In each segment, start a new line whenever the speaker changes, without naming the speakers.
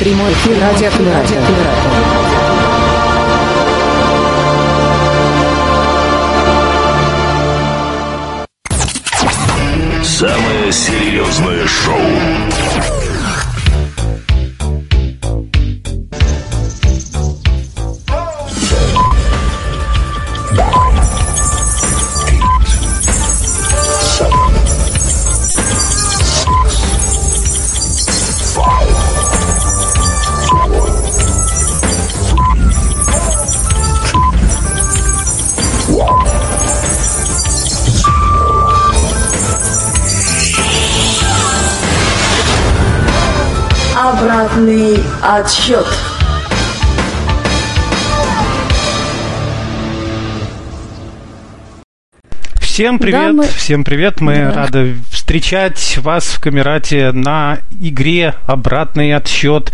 Эфир радио Пираты.
Самое серьезное шоу.
Обратный отсчет.
Всем привет,
Да, мы-
всем привет. Мы
Да.
рады встречать вас в Камерате на игре «Обратный отсчет».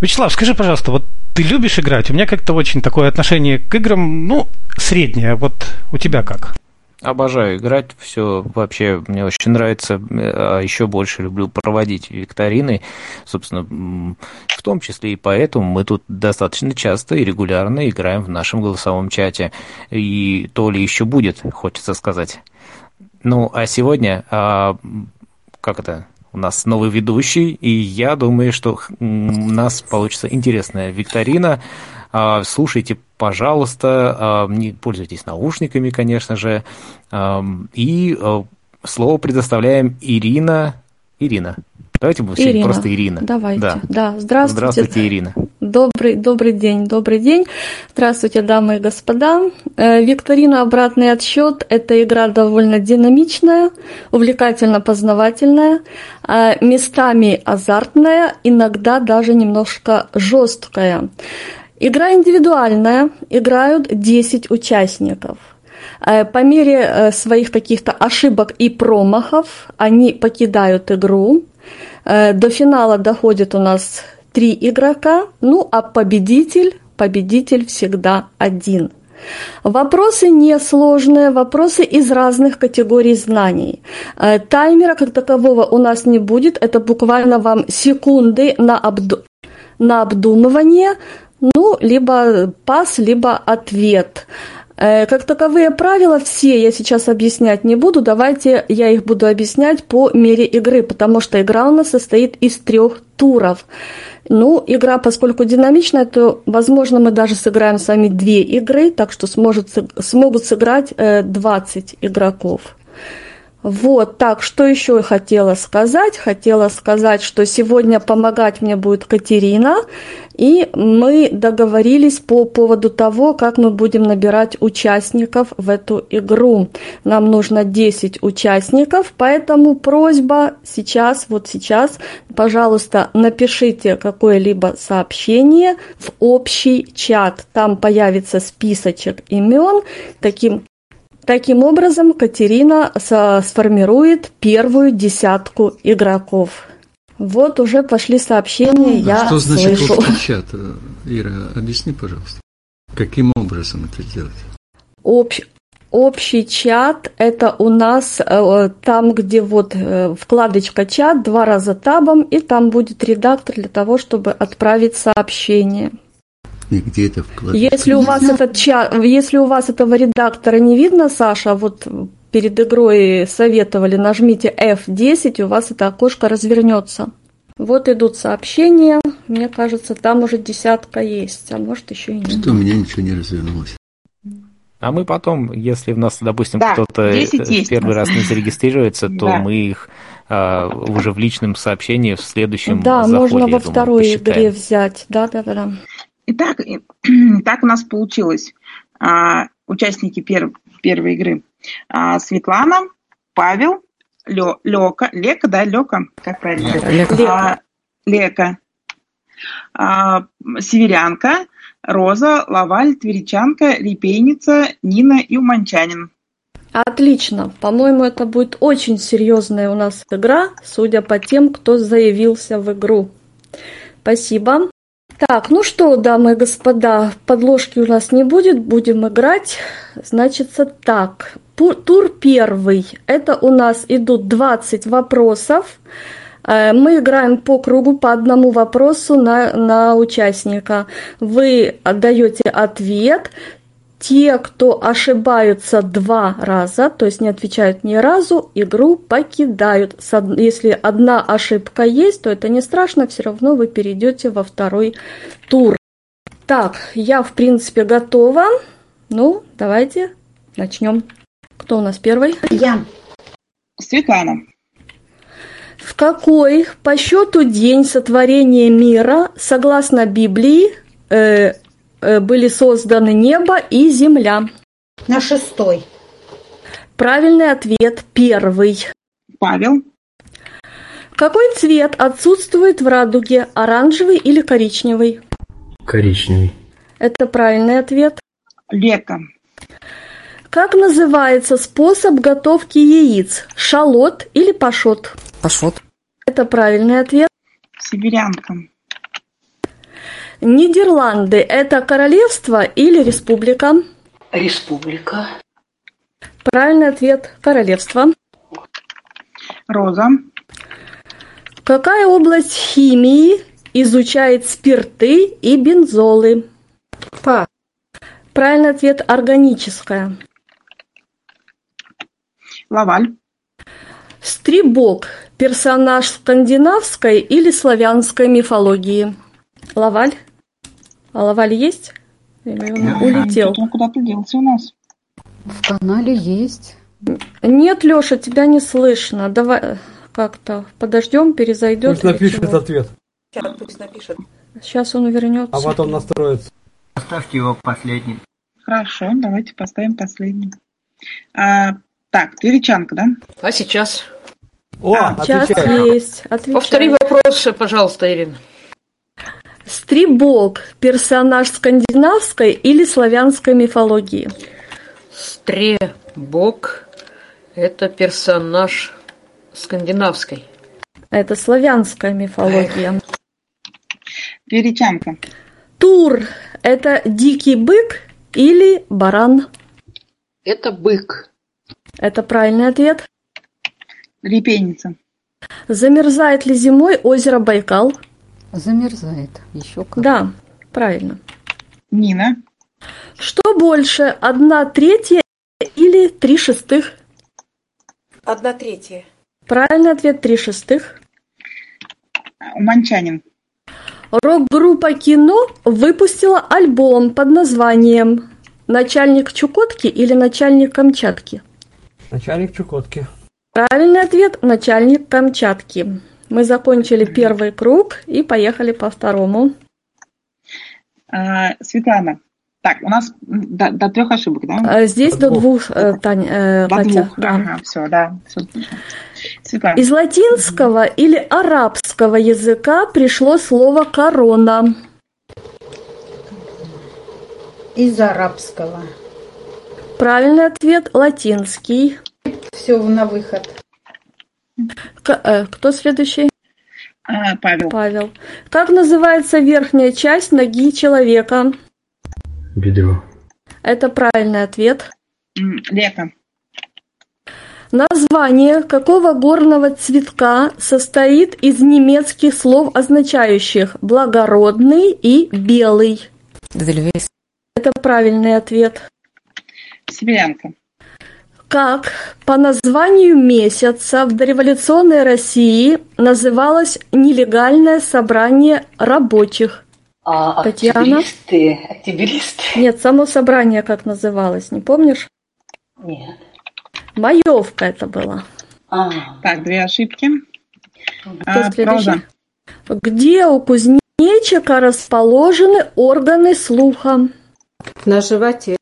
Вячеслав, скажи, пожалуйста, вот ты любишь играть? У меня как-то очень такое отношение к играм, ну, среднее. Вот у тебя как?
Обожаю играть, все вообще мне очень нравится, а еще больше люблю проводить викторины, собственно, м, в том числе и поэтому мы тут достаточно часто и регулярно играем в нашем голосовом чате, и то ли еще будет, хочется сказать. Ну, а сегодня, а, м, как это, у нас новый ведущий, и я думаю, что х, м, у нас получится интересная викторина. А, Слушайте, пожалуйста, а, не пользуйтесь наушниками, конечно же. Ам, И а, слово предоставляем Ирина. Ирина. Давайте мы сегодня
Ирина.
просто Ирина.
Давайте.
Да.
Да, здравствуйте.
Здравствуйте, Ирина.
Добрый, добрый день, добрый день. Здравствуйте, дамы и господа. Э, Викторина «Обратный отсчет» – это игра довольно динамичная, увлекательно-познавательная, э, местами азартная, иногда даже немножко жесткая. Игра индивидуальная, играют 10 участников. Э, По мере э, своих каких-то ошибок и промахов они покидают игру. Э, До финала доходит у нас три игрока, ну а победитель, победитель всегда один. Вопросы несложные, вопросы из разных категорий знаний. Э, Таймера как такового у нас не будет, это буквально вам секунды на, обду- на обдумывание, ну, либо пас, либо ответ. Э, Как таковые правила все я сейчас объяснять не буду, давайте я их буду объяснять по мере игры, потому что игра у нас состоит из трех туров. Ну, игра, поскольку динамичная, то, возможно, мы даже сыграем с вами две игры, так что сможет, сыг- смогут сыграть э, 20 игроков. Вот, так, что еще я хотела сказать? Хотела сказать, что сегодня помогать мне будет Катерина, и мы договорились по поводу того, как мы будем набирать участников в эту игру. Нам нужно 10 участников, поэтому просьба сейчас, вот сейчас, пожалуйста, напишите какое-либо сообщение в общий чат. Там появится списочек имен, таким Таким образом, Катерина со- сформирует первую десятку игроков. Вот уже пошли сообщения, я
А что значит
слышу.
общий чат, э, Ира? Объясни, пожалуйста. Каким образом это сделать?
Общ- Общий чат – это у нас э, там, где вот э, вкладочка «Чат», два раза табом, и там будет редактор для того, чтобы отправить сообщение.
И где это вкладывать?
Если у вас этот чат, если у вас этого редактора не видно, Саша, вот перед игрой советовали, нажмите F10, и у вас это окошко развернется. Вот идут сообщения. Мне кажется, там уже десятка есть, а может еще и нет.
Что у меня ничего не развернулось.
А мы потом, если в нас, допустим,
Да,
кто-то
10
э,
есть
первый
у нас.
раз не зарегистрируется, то
Да.
мы их а, уже в личном сообщении в следующем
да,
заходе,
можно
я
во
думаю,
второй
посчитаем.
игре взять. Да, да, да.
Итак, и- так у нас получилось. А, Участники пер- первой игры. А, Светлана, Павел, Лё- Лёка, Лека, да, Лёка, как правильно?
Лека.
А, Лека. А, Северянка, Роза, Лаваль, Тверичанка, Репейница, Нина и Уманчанин.
Отлично. По-моему, это будет очень серьезная у нас игра, судя по тем, кто заявился в игру. Спасибо. Так, ну что, дамы и господа, подложки у нас не будет, будем играть. Значится так. Пу- Тур первый. Это у нас идут 20 вопросов. Э, Мы играем по кругу по одному вопросу на, на участника. Вы отдаете ответ. Те, кто ошибаются два раза, то есть не отвечают ни разу, игру покидают. С од- Если одна ошибка есть, то это не страшно, все равно вы перейдете во второй тур. Так, я в принципе готова. Ну, давайте начнем. Кто у нас первый?
Я.
Светлана.
В какой по счету день сотворения мира, согласно Библии, э, э, были созданы небо и земля?
На шестой.
Правильный ответ первый.
Павел.
Какой цвет отсутствует в радуге, оранжевый или коричневый?
Коричневый.
Это правильный ответ.
Лето.
Как называется способ готовки яиц? Шалот или пашот?
Пашот.
Это правильный ответ.
Сибирянка.
Нидерланды – это королевство или республика?
Республика.
Правильный ответ – королевство.
Роза.
Какая область химии изучает спирты и бензолы?
Па.
Правильный ответ – органическая.
Лаваль.
Стрибок – персонаж скандинавской или славянской мифологии. Лаваль? А Лаваль есть? Или он улетел?
Он куда-то делся у нас.
В канале есть.
Нет, Лёша, тебя не слышно. Давай э, как-то подождем, перезайдет.
Пусть напишет ответ,
Сейчас пусть напишет.
Сейчас он вернется.
а потом настроится.
Оставьте его последним.
Хорошо, давайте поставим последний. А, так, Тверичанка, да?
А сейчас?
О,
Сейчас
отвечай.
есть. Отвечай.
Повтори вопросы, пожалуйста, Ирина.
Стрибок – персонаж скандинавской или славянской мифологии.
Стребок – это персонаж скандинавской.
Это славянская мифология.
Тверичанка.
Тур – это дикий бык или баран.
Это бык.
Это правильный ответ.
Репейница.
Замерзает ли зимой озеро Байкал?
Замерзает. Еще как.
Да, правильно.
Нина.
Что больше, одна третья или три шестых?
Одна третья.
Правильный ответ – три шестых.
а, Уманчанин.
Рок-группа «Кино» выпустила альбом под названием «Начальник Чукотки» или «Начальник Камчатки».
Начальник Чукотки.
Правильный ответ – начальник Камчатки. Мы закончили первый круг и поехали по второму.
А, Светлана. Так, у нас до, до трех ошибок, да?
А Здесь до
До
двух, э, Тань, э,
До
Катя,
двух.
да.
Ага, все, да. всё отлично. Светлана.
Из латинского или арабского языка пришло слово «корона».
Из арабского.
Правильный ответ – латинский.
Все на выход.
К- э, кто следующий?
А, Павел.
Павел. Как называется верхняя часть ноги человека?
Бедро.
Это правильный ответ.
М, Лето.
Название какого горного цветка состоит из немецких слов, означающих благородный и белый?
Дельвейс.
Это правильный ответ.
Сибирянка.
Как по названию месяца в дореволюционной России называлось нелегальное собрание рабочих?
А
Татьяна?
активисты? Активисты?
Нет, само собрание как называлось, не помнишь?
Нет.
Маевка это была.
А,
Так, две ошибки.
Кто
А,
следующий?
Роза.
Где у кузнечика расположены органы слуха?
на животе.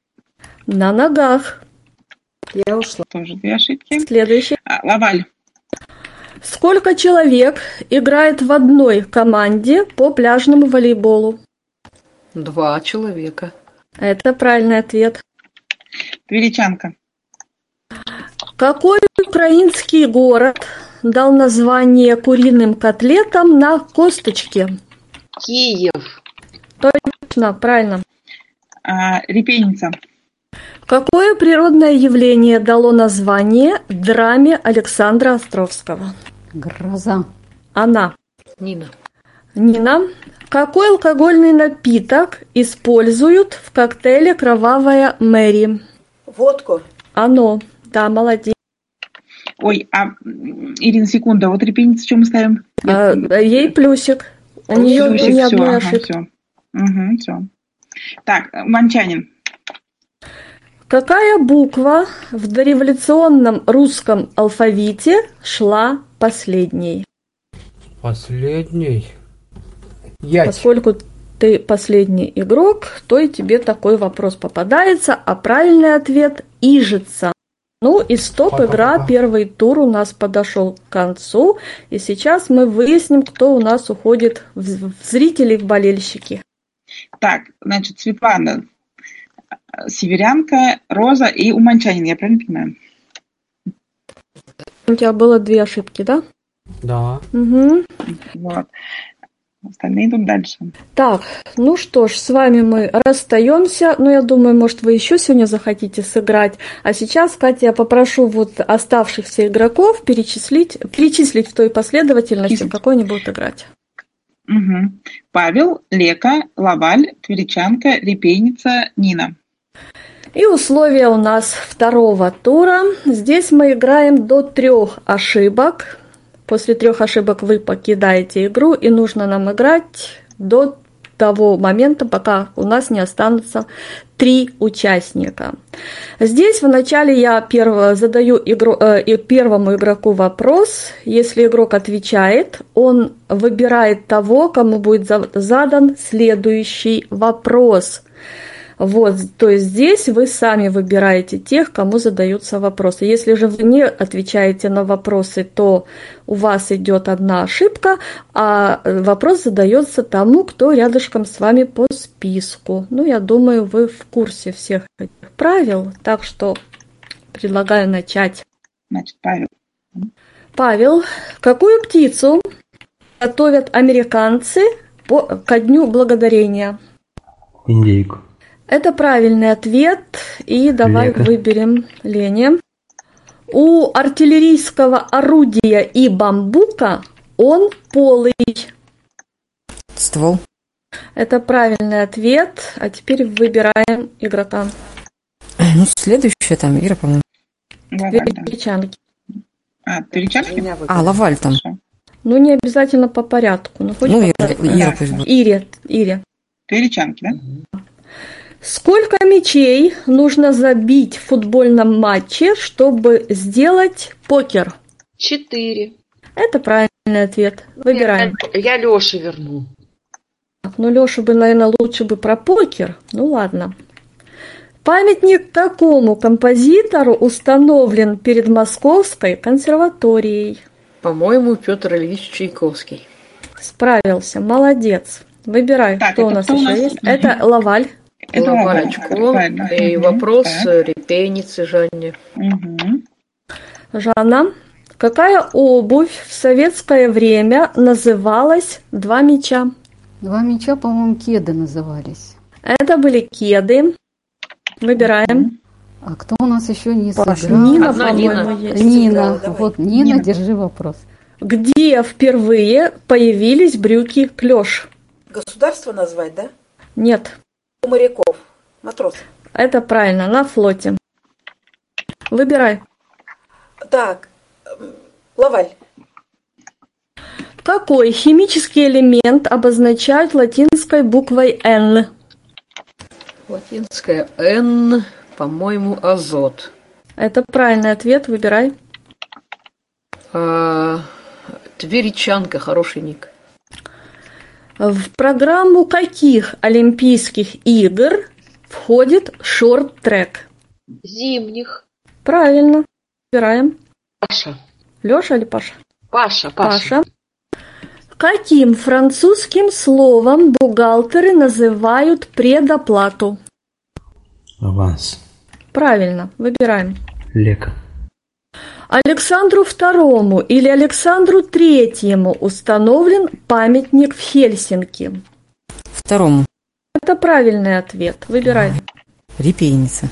На ногах.
Я ушла.
Тоже две ошибки.
Следующий.
А, Лаваль.
Сколько человек играет в одной команде по пляжному волейболу?
Два человека.
Это правильный ответ.
Тверичанка.
Какой украинский город дал название куриным котлетам на косточке?
Киев.
Точно, правильно.
А, Репейница.
Какое природное явление дало название драме Александра Островского?
Гроза.
Она.
Нина.
Нина. Какой алкогольный напиток используют в коктейле «Кровавая Мэри»?
Водку.
Оно. Да, молодец.
Ой, а м, Ирина, секунда, вот репейница, чем мы ставим?
А, ей плюсик. У нее ни одной ошибки.
Угу, все. Так, Ванчанин.
Какая буква в дореволюционном русском алфавите шла последней?
Последний. Я.
Поскольку ты последний игрок, то и тебе такой вопрос попадается, а правильный ответ – ижица. Ну и стоп, игра, первый тур у нас подошел к концу, и сейчас мы выясним, кто у нас уходит в в зрители, в болельщики.
Так, значит, Светлана, э, Северянка, Роза и Уманчанин, я правильно понимаю?
У тебя было две ошибки, да?
Да.
Мгм.
Вот. Остальные идут дальше.
Так, ну что ж, с вами мы расстаемся. Но я думаю, может, вы еще сегодня захотите сыграть. А сейчас, Катя, я попрошу вот оставшихся игроков перечислить, перечислить в той последовательности, в какой они будут играть.
Мгм. Павел, Лека, Лаваль, Тверичанка, Репейница, Нина.
И условия у нас второго тура. Здесь мы играем до трех ошибок. После трех ошибок вы покидаете игру, и нужно нам играть до того момента, пока у нас не останутся три участника. Здесь вначале я перво- задаю игру- э, и первому игроку вопрос. Если игрок отвечает, он выбирает того, кому будет за- задан следующий вопрос – вот, то есть здесь вы сами выбираете тех, кому задаются вопросы. Если же вы не отвечаете на вопросы, то у вас идет одна ошибка, а э, вопрос задается тому, кто рядышком с вами по списку. Ну, я думаю, вы в курсе всех этих правил, так что предлагаю начать.
Значит, Павел.
Павел, какую птицу готовят американцы по, ко дню благодарения?
Индейку.
Это правильный ответ. И давай
Лека.
выберем Лене. У артиллерийского орудия и бамбука он полый.
Ствол.
Это правильный ответ. А теперь выбираем игрока.
Ну, следующая там, Ира, по-моему.
Тверичанки.
А, Тверичанки?
А, Лаваль там.
Ну, не обязательно по порядку. Ну, хоть
Ну,
по
Ира-
порядку.
Ира пусть будет.
Ире, Ире.
Тверичанки, да?
Сколько мячей нужно забить в футбольном матче, чтобы сделать покер?
Четыре.
Это правильный ответ. Выбираем.
Я Леше верну.
Так, Ну, Леша бы, наверное, лучше бы про покер. Ну, ладно. Памятник какому композитору установлен перед Московской консерваторией?
По-моему, Петр Ильич Чайковский.
Справился, молодец. Выбирай, кто у
это
нас
кто у
еще
нас?
есть. Это Лаваль.
Это И вопрос э, репейницы Жанне.
Жанна, какая обувь в советское время называлась «Два мяча»?
Два мяча, по-моему, кеды назывались.
Это были кеды. Выбираем.
А кто у нас еще не
Паша,
сыграл?
А,
Нина, Одна по-моему, Нина. есть.
Нина,
Сыграла, давай.
вот Нина,
Нина.
держи вопрос.
Где впервые появились брюки клеш?
Государство назвать, да?
Нет,
У моряков. Матросов.
Это правильно, на флоте. Выбирай.
Так, эм, Лаваль.
Какой химический элемент обозначают латинской буквой N?
Латинская Н, по-моему, азот.
Это правильный ответ, выбирай.
А, Тверичанка, хороший ник.
В программу каких Олимпийских игр входит шорт-трек?
Зимних.
Правильно, выбираем.
Паша.
Лёша или Паша?
Паша, Паша.
Паша. Каким французским словом бухгалтеры называют предоплату?
Аванс.
Правильно, выбираем.
Лека.
Александру II или Александру III установлен памятник в Хельсинки?
Второму.
Это правильный ответ. Выбирай.
Репейница.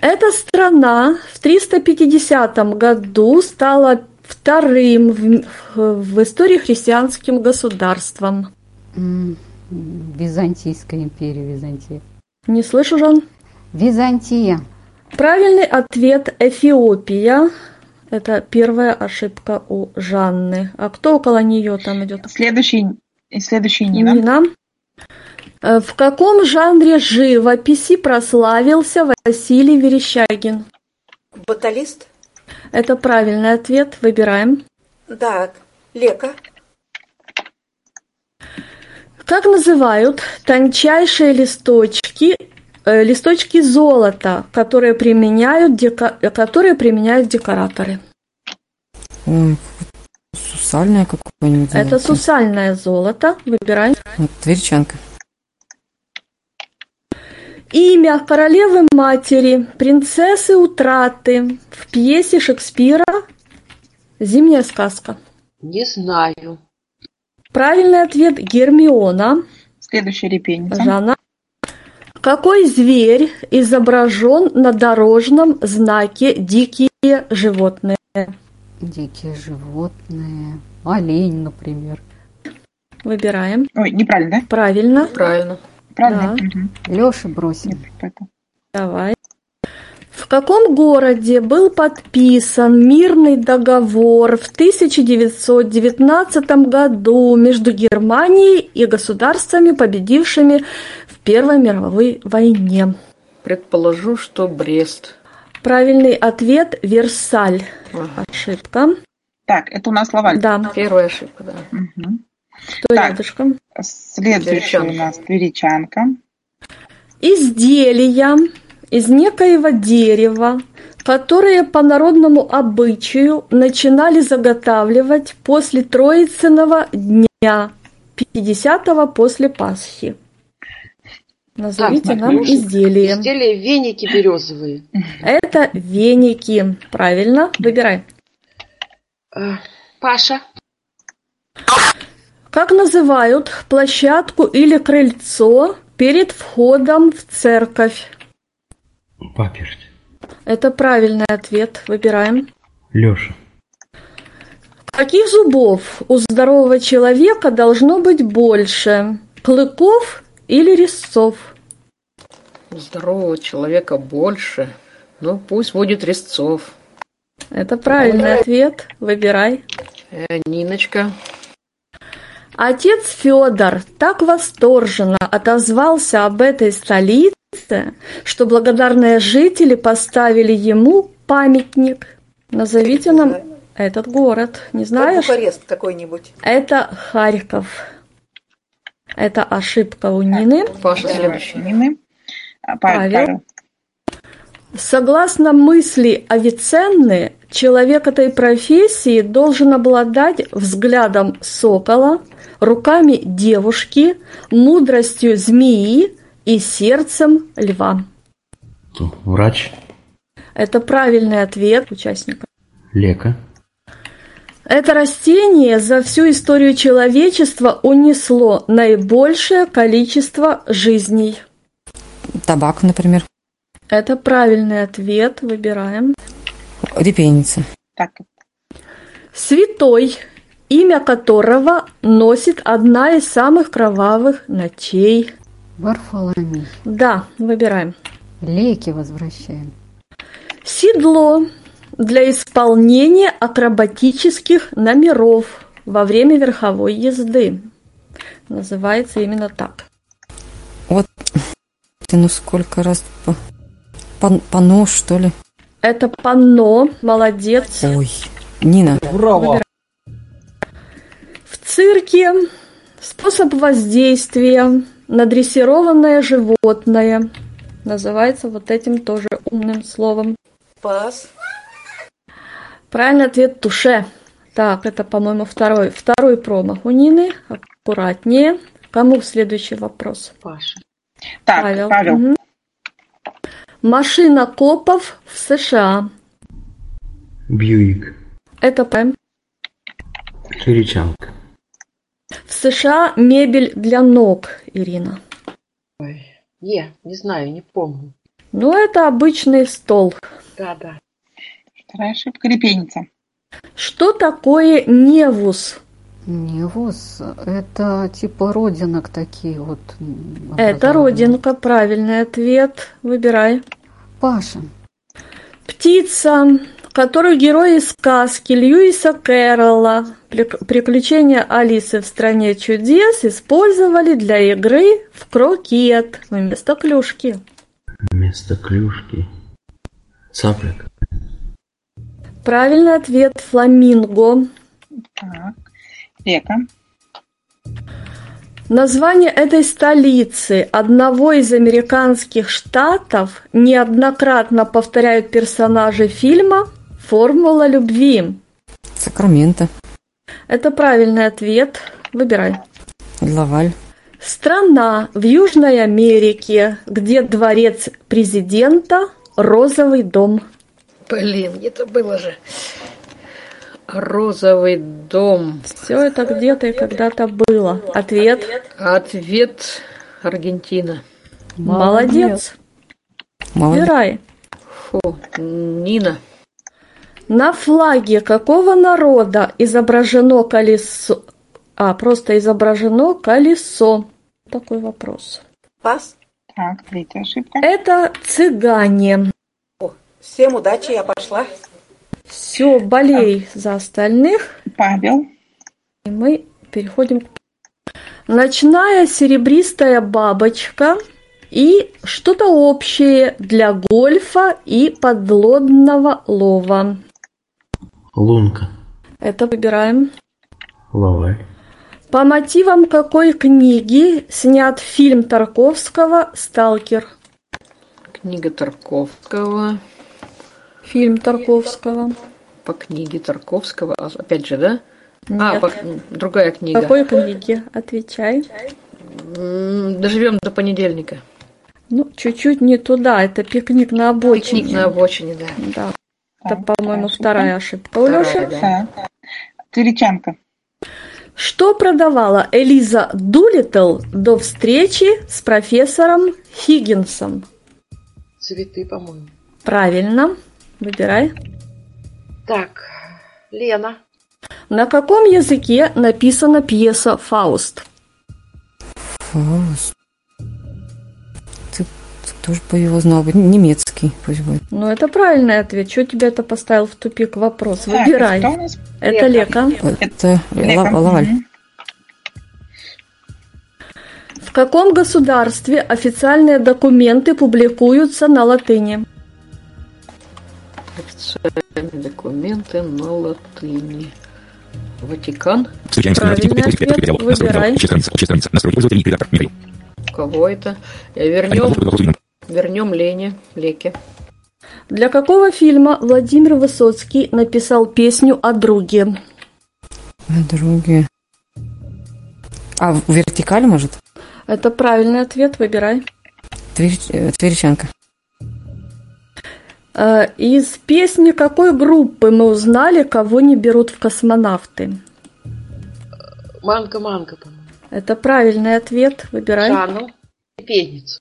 Эта страна в 350 году стала вторым в, в истории христианским государством.
М, Византийская империя, Византия.
Не слышу, Жан?
Византия.
Правильный ответ – Эфиопия. Это первая ошибка у Жанны. А кто около нее там идет?
Следующий, следующий Нина.
Нина. Э, В каком жанре живописи прославился Василий Верещагин?
Баталист?
Это правильный ответ. Выбираем.
Так. Лека.
Как называют тончайшие листочки, э, листочки золота, которые применяют, дека- э, которые применяют декораторы?
Ой, сусальное какое-нибудь.
Это сусальное золото. Выбираем.
Вот, Тверчанка.
Имя королевы матери, принцессы утраты в пьесе Шекспира «Зимняя сказка».
Не знаю.
Правильный ответ – Гермиона.
Следующая репейница.
Жанна. Какой зверь изображен на дорожном знаке «Дикие животные»?
Дикие животные. Олень, например.
Выбираем.
Ой, неправильно, да?
Правильно.
Правильно.
Правильно?
Да.
Мгм.
Леша бросил.
Нет, поэтому.
Давай. В каком городе был подписан мирный договор в 1919 году между Германией и государствами, победившими в Первой мировой войне?
Предположу, что Брест.
Правильный ответ – Версаль.
Ага.
Ошибка.
Так, это у нас Лаваль.
Да,
Первая ошибка, да.
Мгм.
кто
Так.
рядышком?
Следующая у
Тверичанка.
нас Тверичанка.
изделия из некоего дерева, которые по народному обычаю начинали заготавливать после Троицыного дня, 50 после Пасхи. Назовите
Так,
нам
Матрюшка.
изделие.
Изделия веники березовые.
Это веники. Правильно, выбирай.
Э, Паша.
Как называют площадку или крыльцо перед входом в церковь?
Паперть.
Это правильный ответ. Выбираем.
Леша.
Каких зубов у здорового человека должно быть больше? Клыков или резцов?
У Здорового человека больше. Ну, пусть будет резцов.
Это правильный ответ. Выбирай.
Э, Ниночка.
Отец Федор так восторженно отозвался об этой столице, что благодарные жители поставили ему памятник. Назовите нам этот город. Не знаешь?
Бухарест какой-нибудь.
Это Харьков. Это ошибка у Нины.
Паша
Давай,
следующий.
Нины. А, Павел,
Павел.
Павел.
Согласно мысли Авиценны, человек этой профессии должен обладать взглядом сокола, руками девушки, мудростью змеи и сердцем льва.
Кто? Врач.
Это правильный ответ участника.
Лека.
Это растение за всю историю человечества унесло наибольшее количество жизней.
Табак, например.
Это правильный ответ. Выбираем.
Репейница.
Так,
Святой, имя которого носит одна из самых кровавых ночей.
Варфоломей.
Да, выбираем.
Леки возвращаем.
Седло для исполнения акробатических номеров во время верховой езды. Называется именно так.
Ты ну сколько раз по... по- Пано, что ли?
Это панно, молодец.
Ой. Нина.
Браво.
В цирке способ воздействия на дрессированное животное. Называется вот этим тоже умным словом.
Пас.
Правильный ответ – туше. Так, это, по-моему, второй, второй промах у Нины. Аккуратнее. Кому следующий вопрос?
Паша.
так Павел.
Мгм. Машина копов в США.
Бьюик.
Это прям.
Тверичанка.
В США мебель для ног, Ирина.
Ой, Не, не знаю, не помню.
Ну, это обычный стол.
Да, да.
Вторая ошибка. Репейница.
Что такое невус?
Невус – это типа родинок такие вот. м,
Это родинка, правильный ответ. Выбирай.
Паша.
Птица, которую герои сказки Льюиса Кэрролла «Прик- «Приключения Алисы в стране чудес» использовали для игры в крокет вместо клюшки.
Вместо клюшки. Цаплик.
Правильный ответ – фламинго.
Так, Лека.
Название этой столицы одного из американских штатов неоднократно повторяют персонажи фильма «Формула любви».
Сакраменто.
Это правильный ответ. Выбирай.
Лаваль.
Страна в Южной Америке, где дворец президента – розовый дом.
Блин, это было же. Розовый дом.
Все это где-то и когда-то было. Ответ.
Ответ Аргентина.
Молодец. Выбирай.
Фу, Нина.
На флаге какого народа изображено колесо? А, просто изображено колесо. Такой вопрос.
Пас.
Так, третья ошибка.
Это цыгане.
Всем удачи, я пошла.
Все, болей за остальных.
Павел.
И мы переходим к... Ночная серебристая бабочка и что-то общее для гольфа и подлодного лова.
Лунка.
Это выбираем.
Лаваль.
По мотивам какой книги снят фильм Тарковского «Сталкер»?
Книга Тарковского.
Фильм Тарковского.
По книге Тарковского. а, Опять же, да? А,
Нет.
по- м, другая книга.
Какой книги? Отвечай.
М, Доживем до понедельника.
Ну, чуть-чуть не туда. Это пикник на обочине.
Пикник на обочине, да.
Да. Это, по-моему, вторая ошибка у
Вторая,
Лёши.
да.
Тюричанка.
Что продавала Элиза Дулиттл до встречи с профессором Хиггинсом?
Цветы, по-моему.
Правильно. Выбирай.
Так, Лена.
На каком языке написана пьеса «Фауст»?
Фаус. Ты, ты тоже бы его знал бы. Немецкий пусть будет.
Ну, это правильный ответ. Чего тебя это поставил в тупик вопрос?
Так,
Выбирай.
кто у нас?
Это лека.
Это
Лека.
Ла- Лаваль.
Мгм.
В каком государстве официальные документы публикуются на латыни?
Официальные документы на латыни. Ватикан.
Встречаемся на
Правильный
Вики- Вики- Вики-
ответ.
Диалог. Настройки
Выбирай.
диалога. Общая страница. Общая страница. Настройки пользователей. Редактор. Михаил.
У кого это? Э,
Анекдот.
Вернем,
Латунин.
вернем Лене, Леке.
Для какого фильма Владимир Высоцкий написал песню о друге?
Други. А, в- вертикаль, может?
Это правильный ответ, выбирай.
Тверь- э, Тверичанка.
Э, Из песни какой группы мы узнали, кого не берут в космонавты?
Манго-манго, по-моему.
Это правильный ответ, выбирай.
Жанну. Пепельницу.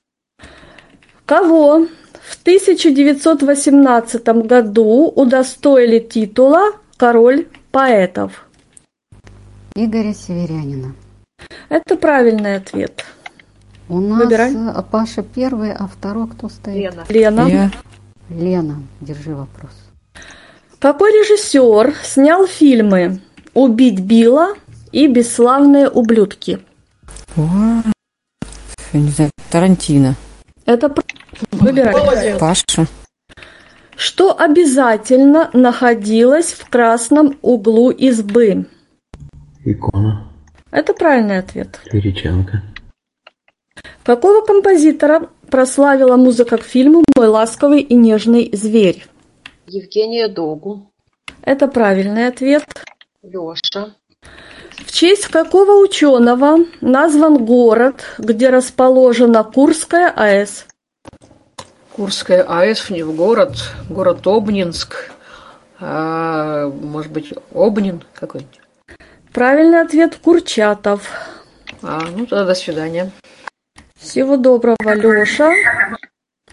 Кого в 1918 году удостоили титула «Король поэтов»?
Игоря Северянина.
Это правильный ответ.
У нас
Выбирай.
э, Паша первый, а второй кто стоит?
Лена.
Лена.
Лена, держи вопрос.
Какой режиссер снял фильмы «Убить Билла» и «Бесславные ублюдки»?
Ва. Я не знаю. Тарантино.
Это пр- выбирай.
Паша.
Что обязательно находилось в красном углу избы?
Икона.
Это правильный ответ.
Тверичанка.
Какого композитора прославила музыка к фильму «Мой ласковый и нежный зверь»?
Евгения Догу.
Это правильный ответ.
Леша.
В честь какого ученого назван город, где расположена Курская А АЭС?
Курская АЭС, в ней в город, город Обнинск. А, может быть, Обнин какой-нибудь?
Правильный ответ Курчатов.
А, ну тогда до свидания.
Всего доброго, Леша.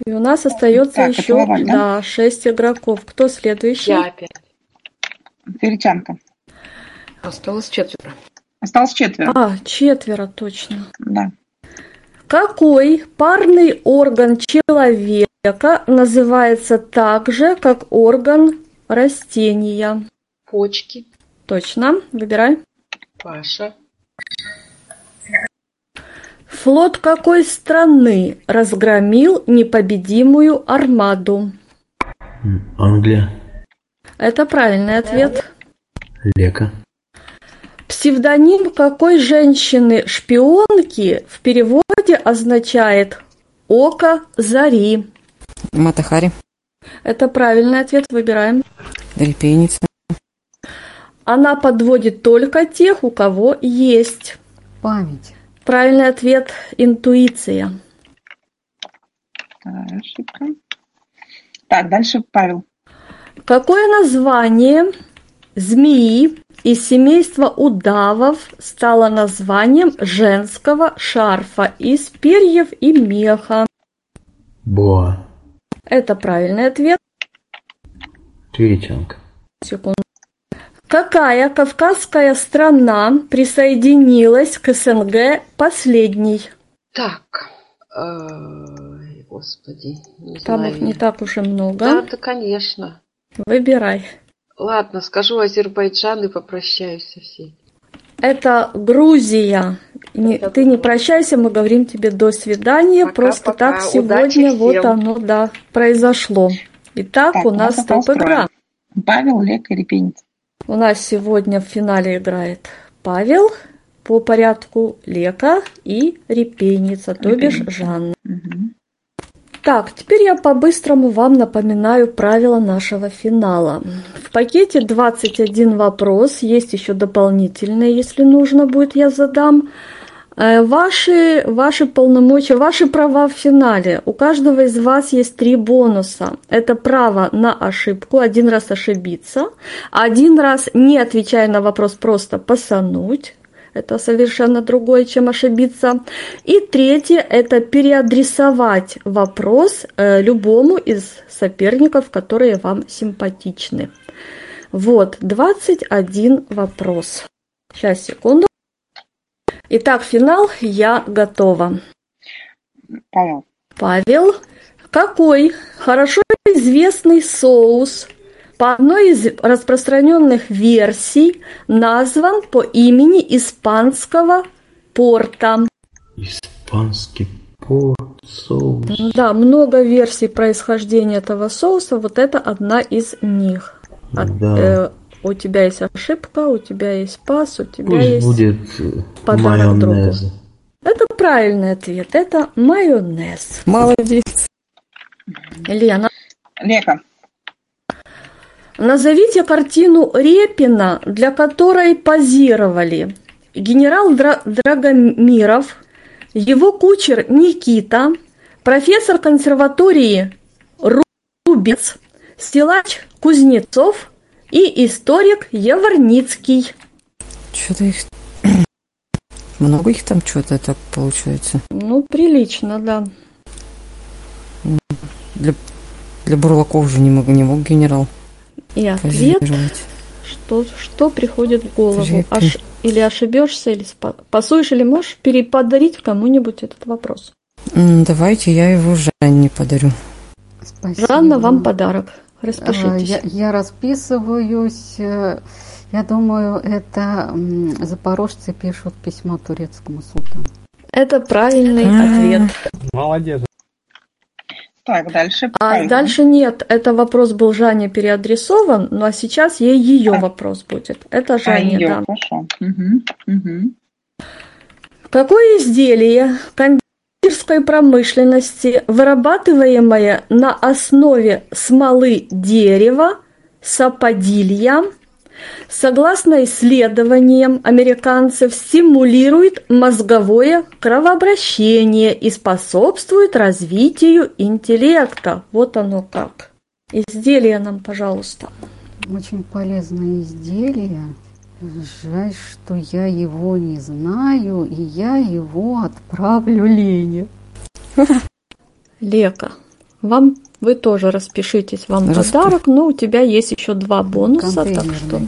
И у нас остается
Так, это
еще
Лаваль, да?
да, шесть игроков. Кто следующий?
Я опять.
Феричанка.
Осталось четверо.
Осталось четверо.
А, четверо, точно.
Да.
Какой парный орган человека называется так же, как орган растения?
Почки.
Точно, выбирай.
Паша.
Флот какой страны разгромил непобедимую армаду?
Англия.
Это правильный ответ.
Лека.
Псевдоним какой женщины-шпионки в переводе означает «Око зари».
Матахари.
Это правильный ответ, выбираем.
Репейница.
Она подводит только тех, у кого есть.
Память.
Правильный ответ – интуиция.
Вторая ошибка. Так, дальше Павел.
Какое название змеи из семейства удавов стало названием женского шарфа из перьев и меха?
Боа.
Это правильный ответ.
Тверичанка.
Секунду. Какая кавказская страна присоединилась к СНГ последней?
Так. э, Господи, не
Там
знаю.
их не так уж и
Да,
много.
да, конечно.
Выбирай.
Ладно, скажу Азербайджан и попрощаюсь со всеми.
Это Грузия. Не- ты не прощайся, мы говорим тебе до свидания. Просто так
пока.
сегодня
Удачи
вот
всем.
оно, да, произошло. Итак,
Так,
у нас топ-игра.
Павел, Лека, Репейница.
У нас сегодня в финале играет Павел по порядку Лека и Репейница, то бишь
Репейница.
Жанна. Так, теперь я по-быстрому вам напоминаю правила нашего финала. В пакете 21 вопрос, есть еще дополнительные, если нужно будет, я задам. Э, Ваши, ваши полномочия, ваши права в финале. У каждого из вас есть три бонуса. Это право на ошибку, один раз ошибиться, один раз, не отвечая на вопрос, просто посануть. Это совершенно другое, чем ошибиться. И третье – это переадресовать вопрос э, любому из соперников, которые вам симпатичны. Вот, 21 вопрос. Сейчас, секунду. Итак, финал. Я готова.
Павел.
Павел, какой хорошо известный соус по одной из распространенных версий назван по имени испанского порта?
Испанский порт, соус.
Да, много версий происхождения этого соуса. Вот это одна из них. А,
Да.
э, у тебя есть ошибка, у тебя есть пас, у тебя
Пусть
есть...
будет э,
подарок другу.
майонез.
Это правильный ответ. Это майонез.
Молодец.
Лена.
Лека.
Назовите картину Репина, для которой позировали генерал Дра- Драгомиров, его кучер Никита, профессор консерватории Ру- Рубец, стелач Кузнецов и историк Еворницкий.
Что-то их... Много их там что-то так получается.
Ну, прилично, да.
Для, для бурлаков же не мог, не мог генерал
И ответ,
позировать.
что, что приходит в голову.
Репин.
Ош- Или ошибешься, или спа- пасуешь, или можешь переподарить кому-нибудь этот вопрос.
М, Давайте я его Жанне подарю.
Жанна, вам подарок.
Э,
А,
Распишитесь.
А, Я, я расписываюсь. э, Я думаю, это м, запорожцы пишут письмо турецкому султану.
Это правильный
А.
ответ.
Молодец.
Так, дальше
А
Павел.
дальше нет, это вопрос был Жанне переадресован, ну а сейчас ей ее вопрос будет. Это
А,
Жанне,
её,
да.
Хорошо. Мгм, мгм.
Какое изделие кондитерской промышленности, вырабатываемое на основе смолы дерева, саподилья, согласно исследованиям американцев, стимулирует мозговое кровообращение и способствует развитию интеллекта? Вот оно как. Изделие нам, пожалуйста.
Очень полезное изделие. Жаль, что я его не знаю, и я его отправлю Лене.
Лека, вам Вы тоже распишитесь, вам
Расп-
подарок, но у тебя есть еще два
Ну,
бонуса, так что...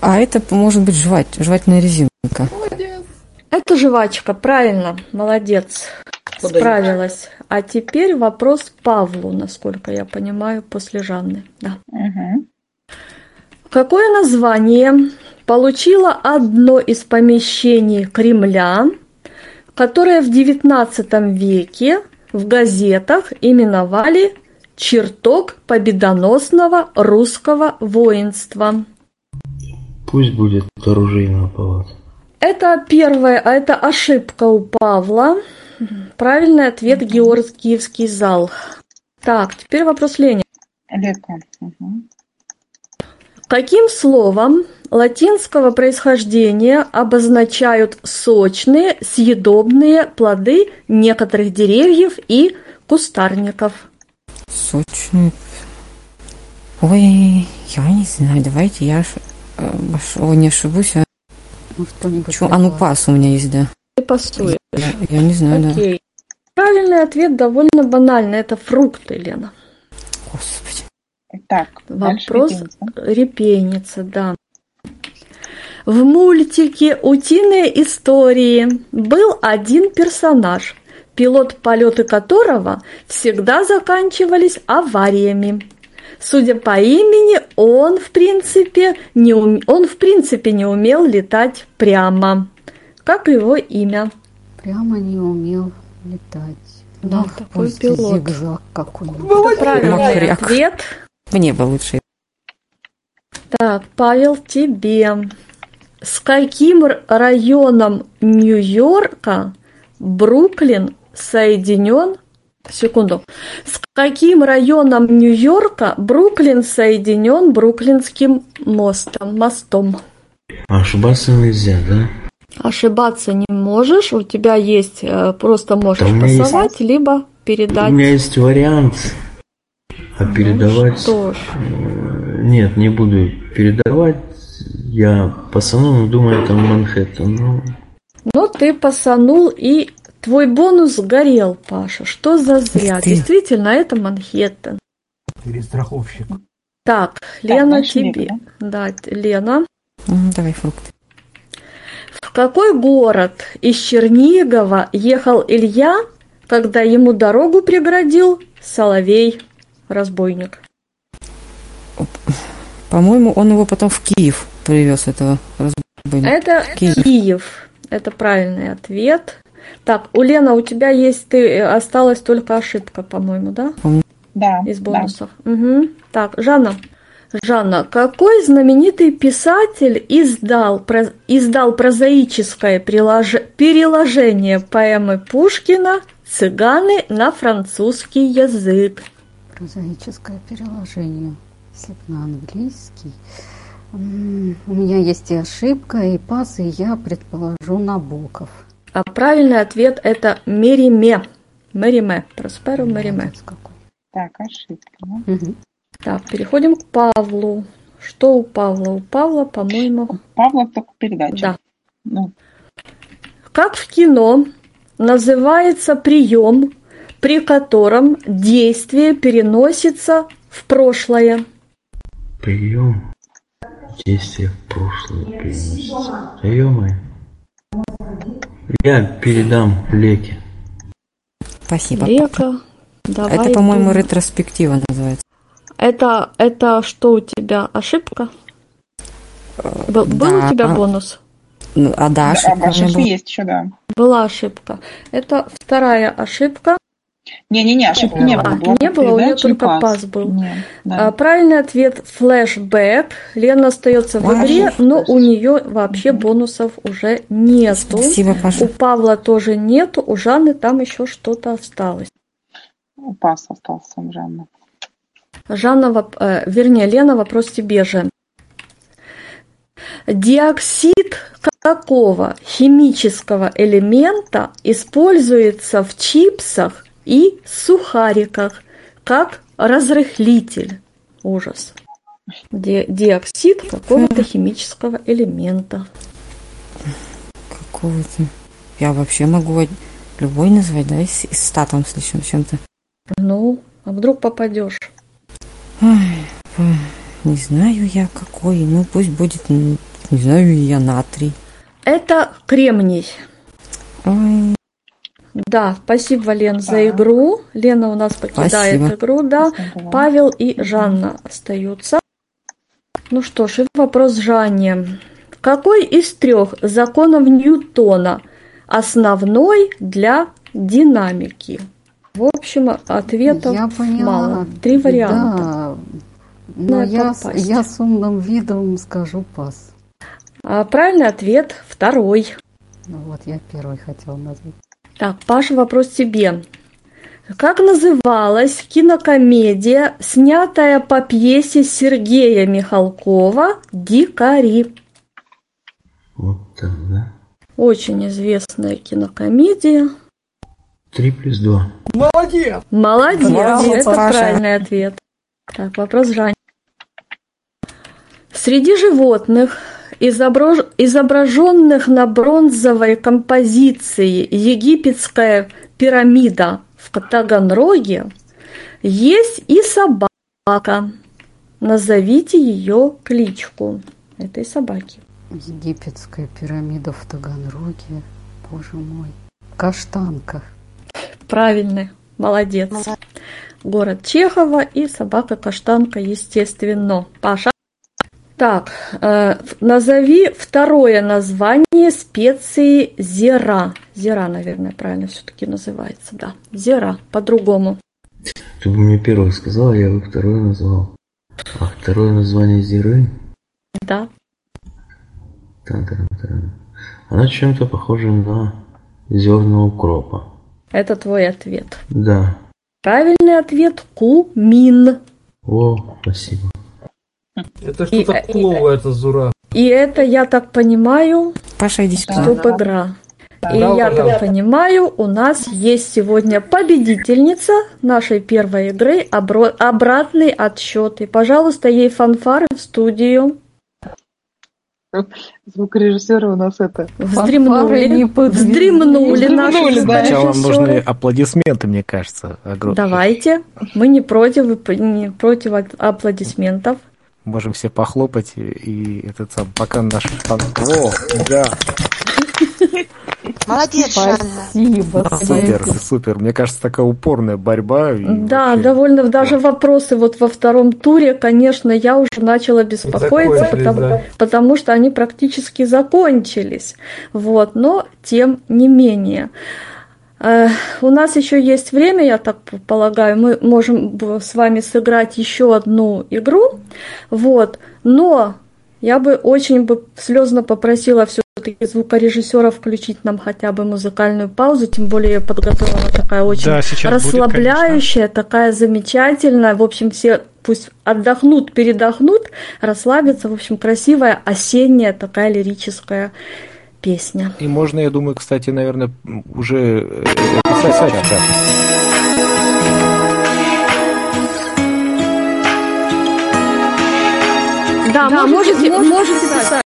А это может быть жвать, жевательная резинка.
Это жвачка, правильно, молодец,
Куда
справилась. А теперь вопрос Павлу, насколько я понимаю, после Жанны. Да. Какое название получило одно из помещений Кремля, которое в XIX веке в газетах именовали «Чертог победоносного русского воинства»?
Пусть будет оружейного палата.
Это первое, а это ошибка у Павла. Правильный ответ Георгиевский зал. Так, теперь вопрос Лене.
Лека. Мгм.
Каким словом латинского происхождения обозначают сочные, съедобные плоды некоторых деревьев и кустарников?
Сочный. Ой, я не знаю, давайте я ш- э, баш- о, не ошибусь. А... Чё, а ну пас у меня есть, да.
Ты постулируешь.
Я, я не знаю, Ну да.
Окей. Правильный ответ довольно банальный. Это фрукты, Лена.
Так, дальше
Вопрос репейница, да. В мультике «Утиные истории» был один персонаж, пилот полеты которого всегда заканчивались авариями. Судя по имени, он в принципе не, ум- он в принципе не умел летать прямо. Как его имя?
Прямо не умел летать.
Да,
Ах,
такой
пусть
пилот.
Зигзаг какой-нибудь.
Это правильный
Мокряк.
ответ.
Мне бы лучше.
Так, Павел, тебе. С каким р- районом Нью-Йорка Бруклин соединен? Секунду. С каким районом Нью-Йорка Бруклин соединен Бруклинским мостом? Мостом.
А ошибаться нельзя, да?
Ошибаться не можешь. У тебя есть э, просто можешь
у меня есть-
пасовать, либо передать.
У меня есть вариант. А
Ну
передавать...
Что ж,
э, Нет, не буду передавать. Я пацану думаю, это Манхэттен. Ну,
Но ты пасанул, и твой бонус сгорел, Паша. Что за зря?
ты.
Действительно, это Манхэттен.
Перестраховщик.
Так, Лена,
дальше
тебе. Да, т- Лена.
М, Ну, Давай фрукты.
В какой город из Чернигова ехал Илья, когда ему дорогу преградил Соловей, разбойник?
По-моему, он его потом в Киев привез, этого разбойника.
Это
Киев.
Киев. Это правильный ответ. Так, у Лена, у тебя есть ты э, осталась только ошибка, по-моему, да?
Помню.
Да.
Из бонусов. Мгм. Так, Жанна. Жанна, какой знаменитый писатель издал, про- издал прозаическое прилож- переложение поэмы Пушкина «Цыганы» на французский язык?
Прозаическое переложение. Если б на английский. М, У меня есть и ошибка, и пас, и я предположу Набоков.
А правильный ответ – это Мериме. Мериме. Просперу Мериме.
Так, ошибка. да?
Так, переходим к Павлу. Что у Павла? У Павла, по-моему... У
Павла только передача.
Да.
Ну.
Как в кино называется прием, при котором действие переносится в прошлое?
прием. Действие в прошлое переносится. Да ё-моё. Я передам Леке.
Спасибо.
Лека. Давай
это, по-моему,
думай.
ретроспектива называется.
Это, это что у тебя? Ошибка? Б- был у
Э, да. а.
тебя бонус?
Ну, а да,
Да,
ошибка у
об
меня
ошибке
была.
есть еще, да.
Была ошибка. Это вторая ошибка.
Не-не-не, ошибки не
А,
было. Была
не было, у нее
передача и
только
пас.
пас был.
Не, да.
А, правильный ответ флешбэк. Лена остается в игре, но у нее вообще бонусов уже нету.
Спасибо, Паша.
У Павла тоже нету, у Жанны там еще что-то осталось.
Ну, Пас остался у Жанны.
Жанна, воп- э, вернее, Лена, вопрос тебе же. Диоксид какого химического элемента используется в чипсах и сухариках как разрыхлитель? Ужас. Ди- диоксид какого-то химического элемента.
Какого-то. Я вообще могу од- любой назвать, да, и с, и с статом с лишним чем-то.
Ну, А вдруг попадешь?
Ай, м, не знаю я какой, ну пусть будет, м, не знаю я натрий.
Это кремний.
Ой,
Да, спасибо, Лен, за игру. Лена у нас покидает
Спасибо.
игру, да. Павел и Жанна остаются. Ну что ж, и вопрос Жанне. Какой из трех законов Ньютона основной для динамики? В общем, ответов
Я поняла.
мало. Три варианта.
Да. Но
Надо
я, с-
попасть.
я с умным видом скажу пас.
А правильный ответ второй.
Ну вот, я первый хотела назвать.
Так, Паша, вопрос тебе. Как называлась кинокомедия, снятая по пьесе Сергея Михалкова «Дикари»?
Вот так, да.
Очень известная кинокомедия.
3 плюс 2.
Молодец! Молодец!
Молодец,
Это
Паша.
правильный ответ. Так, вопрос Жань. Среди животных, изоброж- изображенных на бронзовой композиции египетская пирамида в Таганроге, есть и собака. Назовите ее кличку этой собаки.
Египетская пирамида в Таганроге. Боже мой. Каштанка.
Правильный, молодец. Город Чехова и собака-каштанка, естественно. Паша. Так, э, в- назови второе название специи зира. Зира, наверное, правильно все-таки называется, да. Зира, по-другому.
Ты бы мне первое сказал, я бы второе назвал. А второе название зиры?
Да,
Тан-таран-таран. Она чем-то похожа на зерна укропа.
это твой ответ.
Да.
Правильный ответ – кумин.
О, спасибо.
Это что-то
э,
клово, это Зура.
И это, я так понимаю,
Паша, иди сюда.
Стоп, игра. И
Браво,
я
браво.
так понимаю, у нас есть сегодня победительница нашей первой игры обро- обратный отсчет. И, пожалуйста, ей фанфары в студию.
Звукорежиссеры у нас это...
Вздремнули. Вздремнули наши
Вздремнули, да.
Сначала
звукорежиссеры.
нужны аплодисменты, мне кажется, огромные.
Давайте. Мы не против, и п- не против ап- аплодисментов.
Можем все похлопать и, и этот сам, пока наш фан- О, да,
Молодец, Жанна.
Спасибо.
супер, супер. Мне кажется, такая упорная борьба. и
Да, довольно даже вопросы вот во втором туре, конечно, я уже начала беспокоиться,
Закончились,
потому,
да.
потому что они практически закончились. Вот, но тем не менее. Э, У нас еще есть время, я так п- полагаю, мы можем б- с вами сыграть еще одну игру. Вот, но я бы очень бы слезно попросила все-таки звукорежиссера включить нам хотя бы музыкальную паузу, тем более я подготовила такая очень
Да, сейчас будет,
расслабляющая, такая замечательная. В общем, все пусть отдохнут, передохнут, расслабятся. В общем, красивая осенняя такая лирическая песня.
И можно, я думаю, кстати, наверное, уже э, писать сейчас.
Да, можете, можете, писать.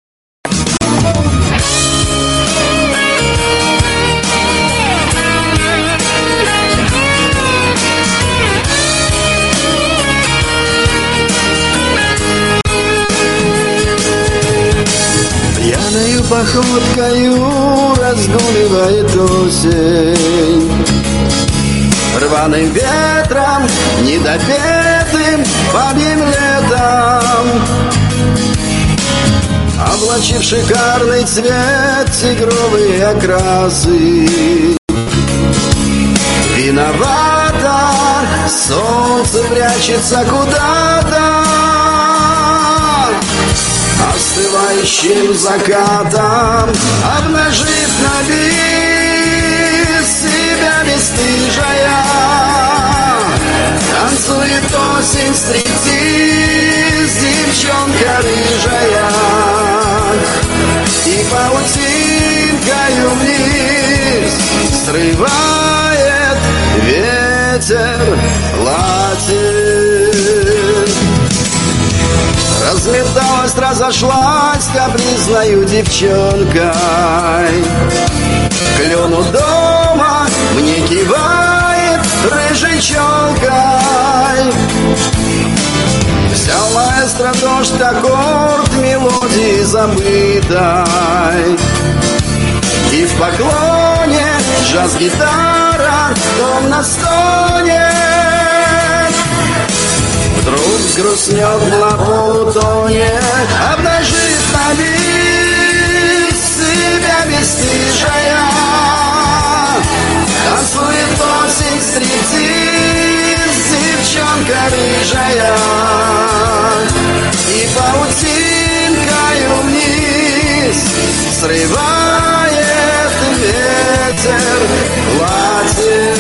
Пьяною походкою разгуливает осень Рваным ветром, недопетым, бабьим летом Облачив шикарный цвет тигровые окрасы Виновата, солнце прячется куда-то Остывающим закатом Обнажив на бис себя бесстыжая Танцует осень стриптиз Девчонка рыжая И паутинкою вниз Срывает ветер платье Разметалась, разошлась капризною девчонкой Клену дома мне кивает рыжий челкой край Взял маэстро дождь аккорд мелодии забытой И в поклоне джаз-гитара томно стонет Вдруг грустнет в лапутоне, обнажит на миг себя бесстыжая Танцует осень стриптиз, девчонка рыжая И паутинкою вниз срывает ветер платье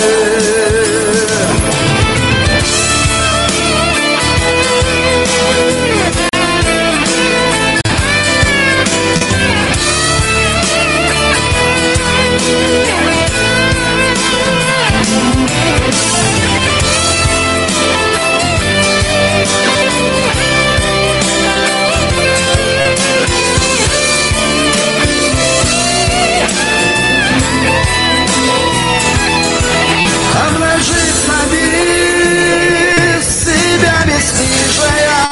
Обнажит на берег себя бесстыжая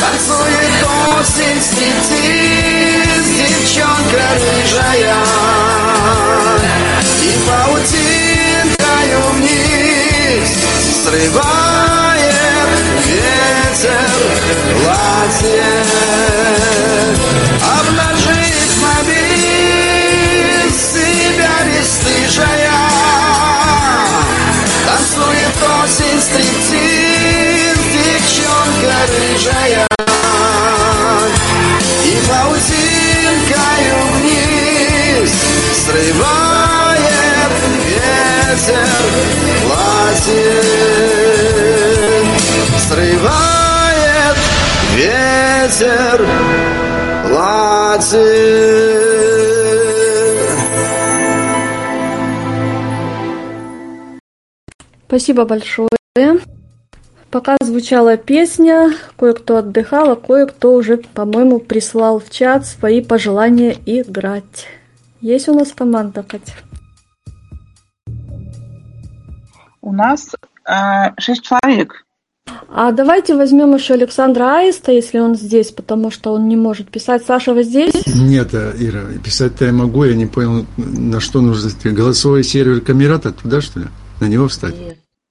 Танцует осень стриптиз, девчонка рыжая И паутинкою вниз срывает ветер платье Обнажит на берег себя бесстыжая Танцует осень стриптиз, девчонка рыжая И паутинкою вниз срывает ветер платье Срывает ветер платье
Спасибо большое. Пока звучала песня, кое-кто отдыхал, а кое-кто уже, по-моему, прислал в чат свои пожелания играть. Есть у нас команда, Катя?
У нас э, шесть человек.
А давайте возьмем еще Александра Аиста, если он здесь, потому что он не может писать. Саша, вы здесь?
Нет, э, Ира, писать-то я могу, я не понял, на что нужно. тебе. Голосовой сервер Камерата туда, что ли? На него встать?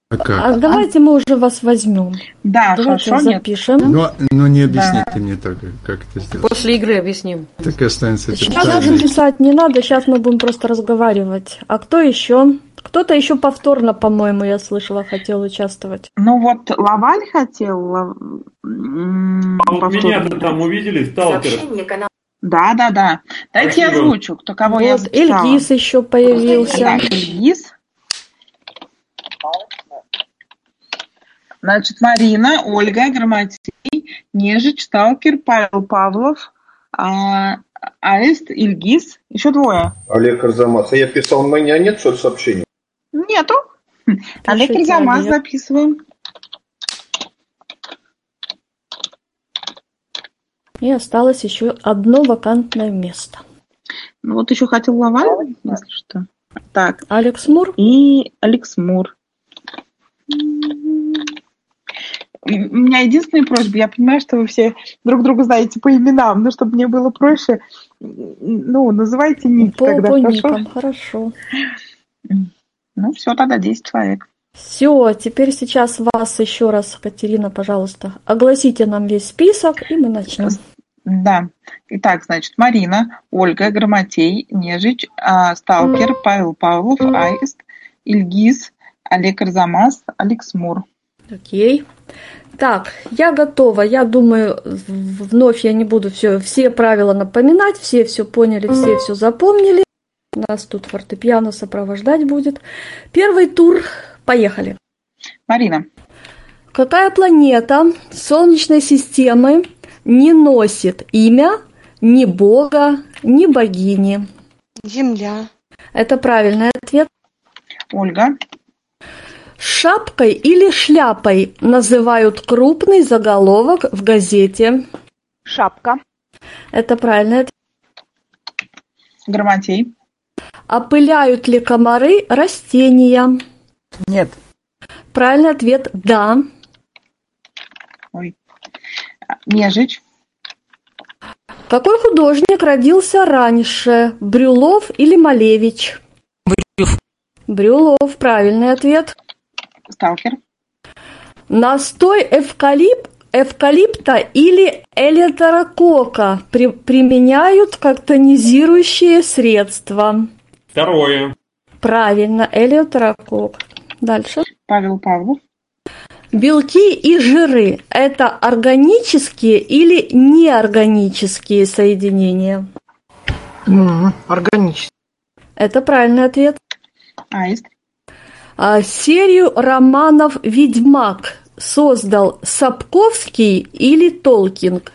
А
А
как?
давайте мы уже вас возьмем.
Да,
давайте
А, хорошо, нет.
запишем.
Но, но не объясни ты мне так, как это сделать.
После игры объясним.
Так и останется это
Сейчас даже
тайной.
писать не надо, сейчас мы будем просто разговаривать. А кто еще? Кто-то еще повторно, по-моему, я слышала, хотел участвовать.
Ну вот Лаваль хотел. а, м,
А вот
повтор.
меня-то там увидели, сталкер.
Да, да, да. Дайте я
Спасибо.
озвучу, кто кого я
Вот,
записала.
Ильгиз еще появился.
Так, Ильгиз. Значит, Марина, Ольга, Грамотей, Нежич, Сталкер, Павел Павлов, а, Аист, Ильгиз, еще двое.
Олег Арзамас. А я писал, у меня нет что ли, сообщений?
Нету. Олег Арзамас
Олег.
записываем.
И осталось еще одно вакантное место.
Ну, вот еще хотел Лаваль, если что. Так.
Алекс Мур.
И Алекс Мур. И У меня единственная просьба, я понимаю, что вы все друг друга знаете по именам, но чтобы мне было проще, ну, называйте ники,
По,
когда
по
хорошо.
никам, хорошо.
Ну, все, тогда 10 человек.
Все, теперь сейчас вас еще раз, Катерина, пожалуйста, огласите нам весь список, и мы начнем.
Да. Итак, значит, Марина, Ольга, Грамотей, Нежич, а, Сталкер, Павел Павлов, Аист, Ильгиз, Олег Арзамас, Алекс Мур.
Окей. Так, я готова. Я думаю, в- вновь я не буду все, все правила напоминать. Все все поняли, все все запомнили. Нас тут фортепиано сопровождать будет. Первый тур. Поехали.
Марина.
Какая планета Солнечной системы не носит имя ни бога, ни богини?
Земля.
Это правильный ответ.
Ольга.
Шапкой или шляпой называют крупный заголовок в газете.
Шапка.
Это правильный ответ.
Грамотей.
Опыляют ли комары растения?
Нет.
Правильный ответ – да.
Ой. Нежич.
Какой художник родился раньше – Брюлов или Малевич?
Брюлов.
Брюлов – правильный ответ.
Сталкер.
Настой эвкалип, эвкалипта или элитерокока при, применяют как тонизирующие средства.
Второе.
Правильно, элитерокок. Дальше.
Павел Павлов.
Белки и жиры – это органические или неорганические соединения?
М, Органически.
Это правильный ответ.
Аист.
А серию романов «Ведьмак» создал Сапковский или Толкинг?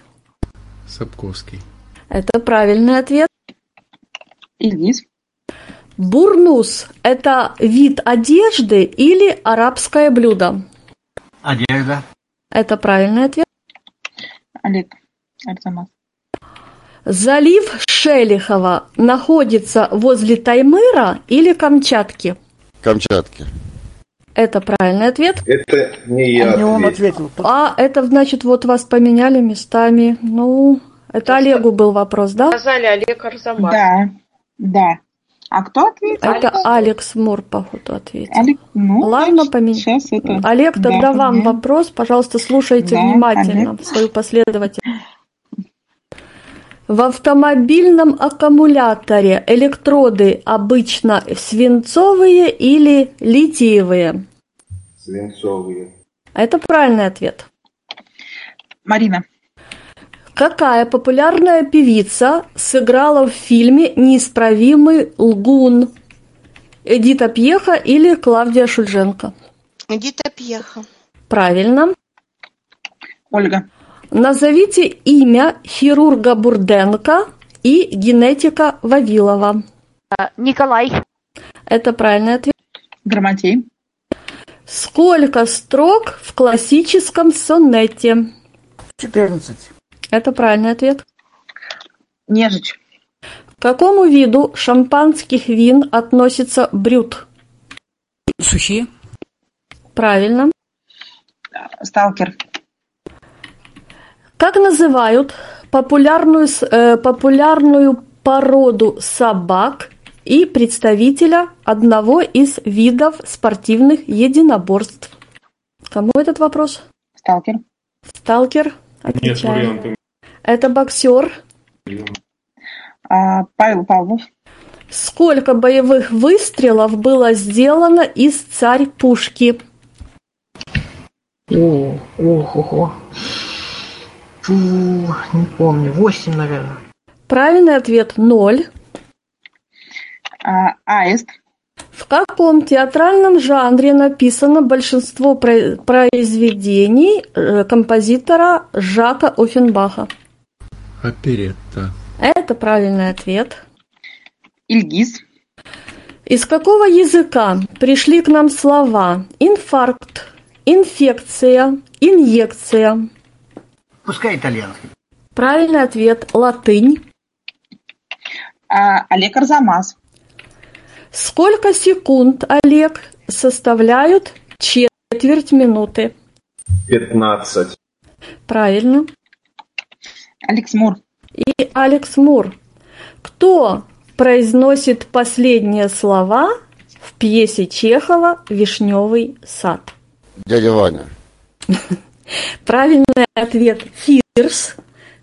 Сапковский.
Это правильный ответ.
Ильгиз.
Бурнус – это вид одежды или арабское блюдо?
Одежда.
Это правильный ответ.
Олег. Арзамас.
Залив Шелихова находится возле Таймыра или Камчатки?
Камчатки.
Это правильный ответ.
Это не я.
А не он
ответил.
А это значит, вот вас поменяли местами. Ну, это Олегу был вопрос, да?
Сказали Олег Арзамас.
Да, да. А кто ответил?
Это Алекс Мур, походу, ответил.
Алекс, ну,
Ладно, поменяли.
сейчас это...
Олег,
Да,
тогда вам
поменяем.
вопрос. Пожалуйста, слушайте
Да,
внимательно
Олег.
свою последовательность. В автомобильном аккумуляторе электроды обычно свинцовые или литиевые?
Свинцовые.
А Это правильный ответ.
Марина.
Какая популярная певица сыграла в фильме «Неисправимый лгун»? Эдита Пьеха или Клавдия Шульженко?
Эдита Пьеха.
Правильно.
Ольга.
Назовите имя хирурга Бурденко и генетика Вавилова.
Николай.
Это правильный ответ.
Грамотей.
Сколько строк в классическом сонете?
14.
Это правильный ответ.
Нежич.
К какому виду шампанских вин относится брют?
Сухие.
Правильно.
Сталкер.
Как называют популярную, с- э, популярную породу собак и представителя одного из видов спортивных единоборств? Кому этот вопрос?
Сталкер.
Сталкер.
Нет
Отвечаем.
вариантов.
Это боксер.
А, Павел Павлов.
Сколько боевых выстрелов было сделано из царь пушки?
О, ох, ох, ох. Фу, не помню. Восемь, наверное.
Правильный ответ – ноль.
А, аист.
В каком театральном жанре написано большинство про- произведений э, композитора Жака Офенбаха?
Оперетта.
Это правильный ответ.
Ильгиз.
Из какого языка пришли к нам слова инфаркт, инфекция, инъекция?
Пускай итальянский.
Правильный ответ – латынь.
А, Олег Арзамас.
Сколько секунд, Олег, составляют четверть минуты?
15.
Правильно.
Алекс Мур.
И Алекс Мур. Кто произносит последние слова в пьесе Чехова «Вишневый сад»?
Дядя Ваня.
Правильный ответ – Фирс.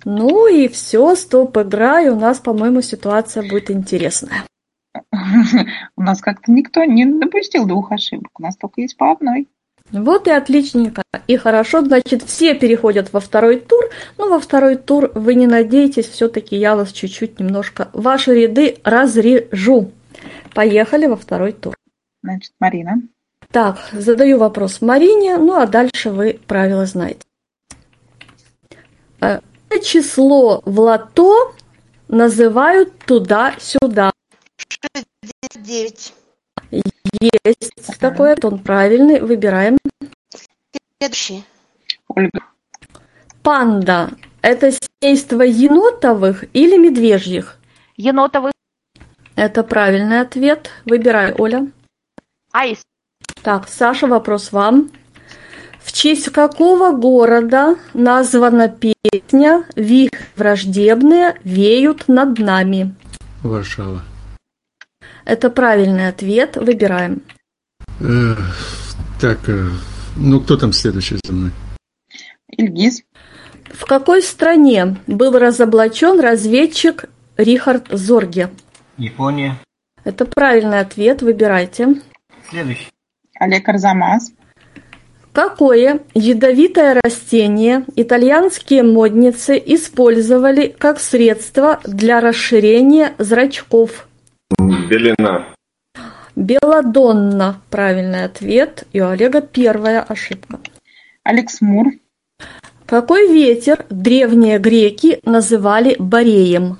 Ну и все, стоп, игра, и у нас, по-моему, ситуация будет интересная.
У нас как-то никто не допустил двух ошибок. У нас только есть по одной.
Вот и отличненько. И хорошо, значит, все переходят во второй тур. Но во второй тур вы не надейтесь, все-таки я вас чуть-чуть немножко ваши ряды разрежу. Поехали во второй тур.
Значит, Марина.
Так, задаю вопрос Марине, ну а дальше вы правила знаете. Э, какое Число в лото называют туда-сюда.
69.
Есть такой, он правильный, выбираем.
Следующий.
Ольга.
Панда – это семейство енотовых или медвежьих?
Енотовый.
Это правильный ответ. Выбирай, Оля.
Аист.
Так, Саша, вопрос вам. В честь какого города названа песня «Вих враждебные веют над нами»?
Варшава.
Это правильный ответ. Выбираем.
Э, так, э, ну кто там следующий за мной?
Ильгиз.
В какой стране был разоблачен разведчик Рихард Зорге?
Япония.
Это правильный ответ. Выбирайте.
Следующий.
Олег Арзамас.
Какое ядовитое растение итальянские модницы использовали как средство для расширения зрачков?
Белина.
Беладонна. Правильный ответ. И у Олега первая ошибка.
Алекс Мур.
Какой ветер древние греки называли Бореем?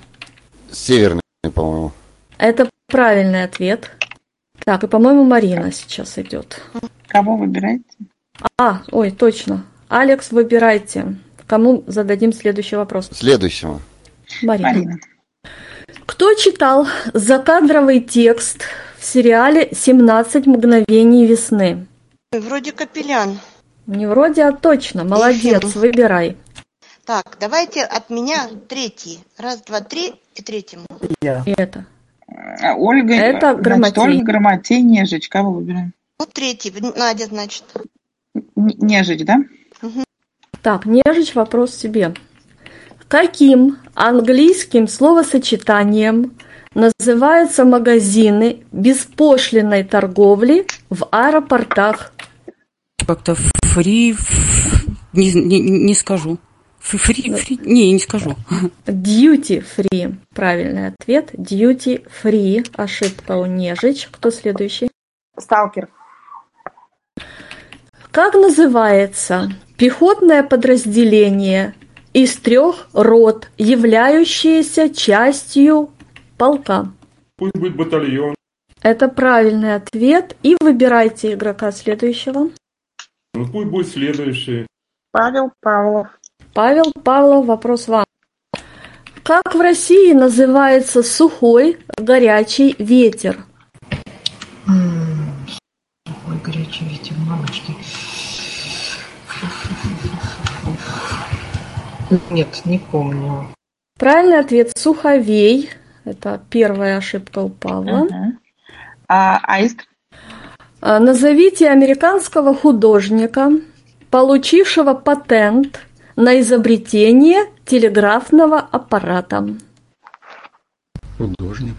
Северный, по-моему.
Это правильный ответ. Так, и, по-моему, Марина сейчас идет.
Кого выбираете?
А, ой, точно. Алекс, выбирайте. Кому зададим следующий вопрос?
Следующему.
Марина. Марина. Кто читал закадровый текст в сериале «17 мгновений весны»?
Вроде Капелян.
Не вроде, а точно. Молодец, выбирай.
Так, давайте от меня третий. Раз, два, три и третьему.
Я. И это.
А, Ольга,
Это
значит,
Грамотей.
Ольга Грамотей, Нежич. Кого выбираем?
Ну, третий. Надя, значит.
Н- Нежич, да?
Так, Нежич, вопрос себе. Каким английским словосочетанием называются магазины беспошлиной торговли в аэропортах?
Как-то фри... ф- Не, не, не скажу. Ф- Фри, фри... Не, не скажу.
Duty free. Правильный ответ. Duty free. Ошибка у Нежич. Кто следующий?
Сталкер.
Как называется пехотное подразделение из трех рот, являющееся частью полка?
Пусть будет батальон.
Это правильный ответ. И выбирайте игрока следующего.
Ну пусть будет следующий.
Павел Павлов.
Павел Павлов, вопрос вам. Как в России называется сухой горячий ветер?
Ой, горячий ветер, мамочки. Нет, не помню.
Правильный ответ – суховей. Это первая ошибка у Павла.
Мгм. А, аист.
А, Назовите американского художника, получившего патент на изобретение телеграфного аппарата.
Художник.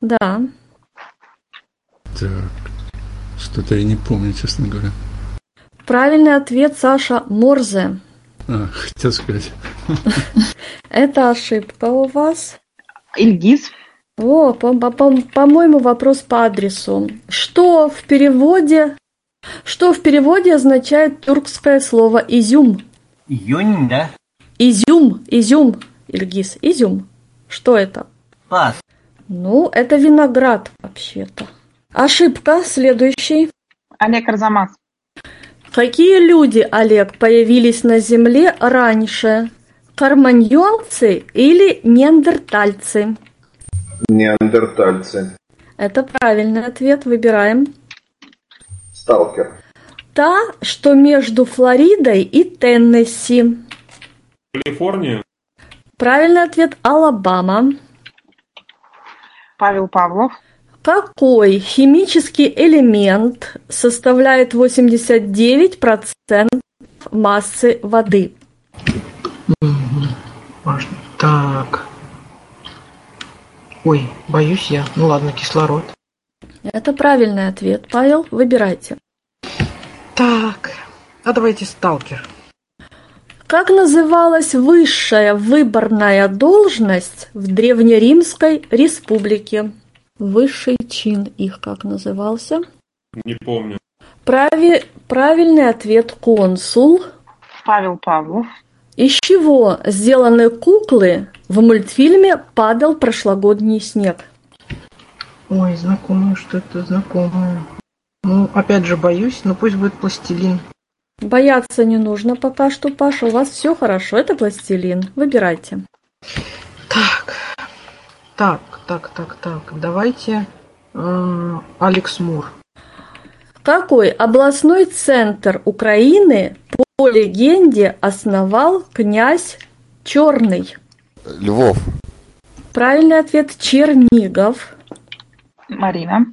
Да,
Так, что-то я не помню, честно говоря.
правильный ответ Саша Морзе.
А, хотел сказать.
Это ошибка у вас.
Ильгиз.
О, по- по- по- по-моему, вопрос по адресу. Что в переводе? Что в переводе означает тюркское слово изюм?
Июнь, да?
Изюм, изюм, Ильгиз, изюм. Что это?
Пас.
Ну, это виноград вообще-то. Ошибка, следующий.
Олег Арзамас.
Какие люди, Олег, появились на Земле раньше? Карманьонцы или неандертальцы?
Неандертальцы.
Это правильный ответ, выбираем.
Сталкер.
Та, что между Флоридой и Теннесси.
Калифорния.
Правильный ответ – Алабама.
Павел Павлов.
Какой химический элемент составляет 89% массы воды?
Важно. Так. Ой, боюсь я. Ну ладно, кислород.
Это правильный ответ, Павел. Выбирайте.
Так. А давайте сталкер.
Как называлась высшая выборная должность в Древнеримской республике? Высший чин их как назывался?
Не помню.
Прави- Правильный ответ – консул.
Павел Павлов.
Из чего сделаны куклы в мультфильме «Падал прошлогодний снег»?
Ой, знакомое что-то, знакомое. Ну, опять же, боюсь, но пусть будет пластилин.
Бояться не нужно пока что, Паша. У вас все хорошо. Это пластилин. Выбирайте.
Так, так, так, так. Давайте э, Алекс Мур.
Какой областной центр Украины по легенде основал князь Черный?
Львов.
Правильный ответ Чернигов.
Марина.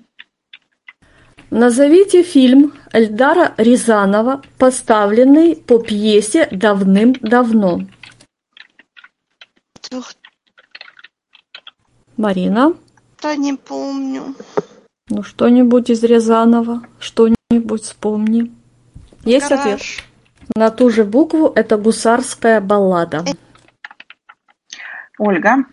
Назовите фильм Эльдара Рязанова, поставленный по пьесе давным-давно.
Ух,
Марина.
да не помню.
Ну что-нибудь из Рязанова, что-нибудь вспомни. Есть
Гараж.
ответ? На ту же букву это гусарская баллада.
Ольга.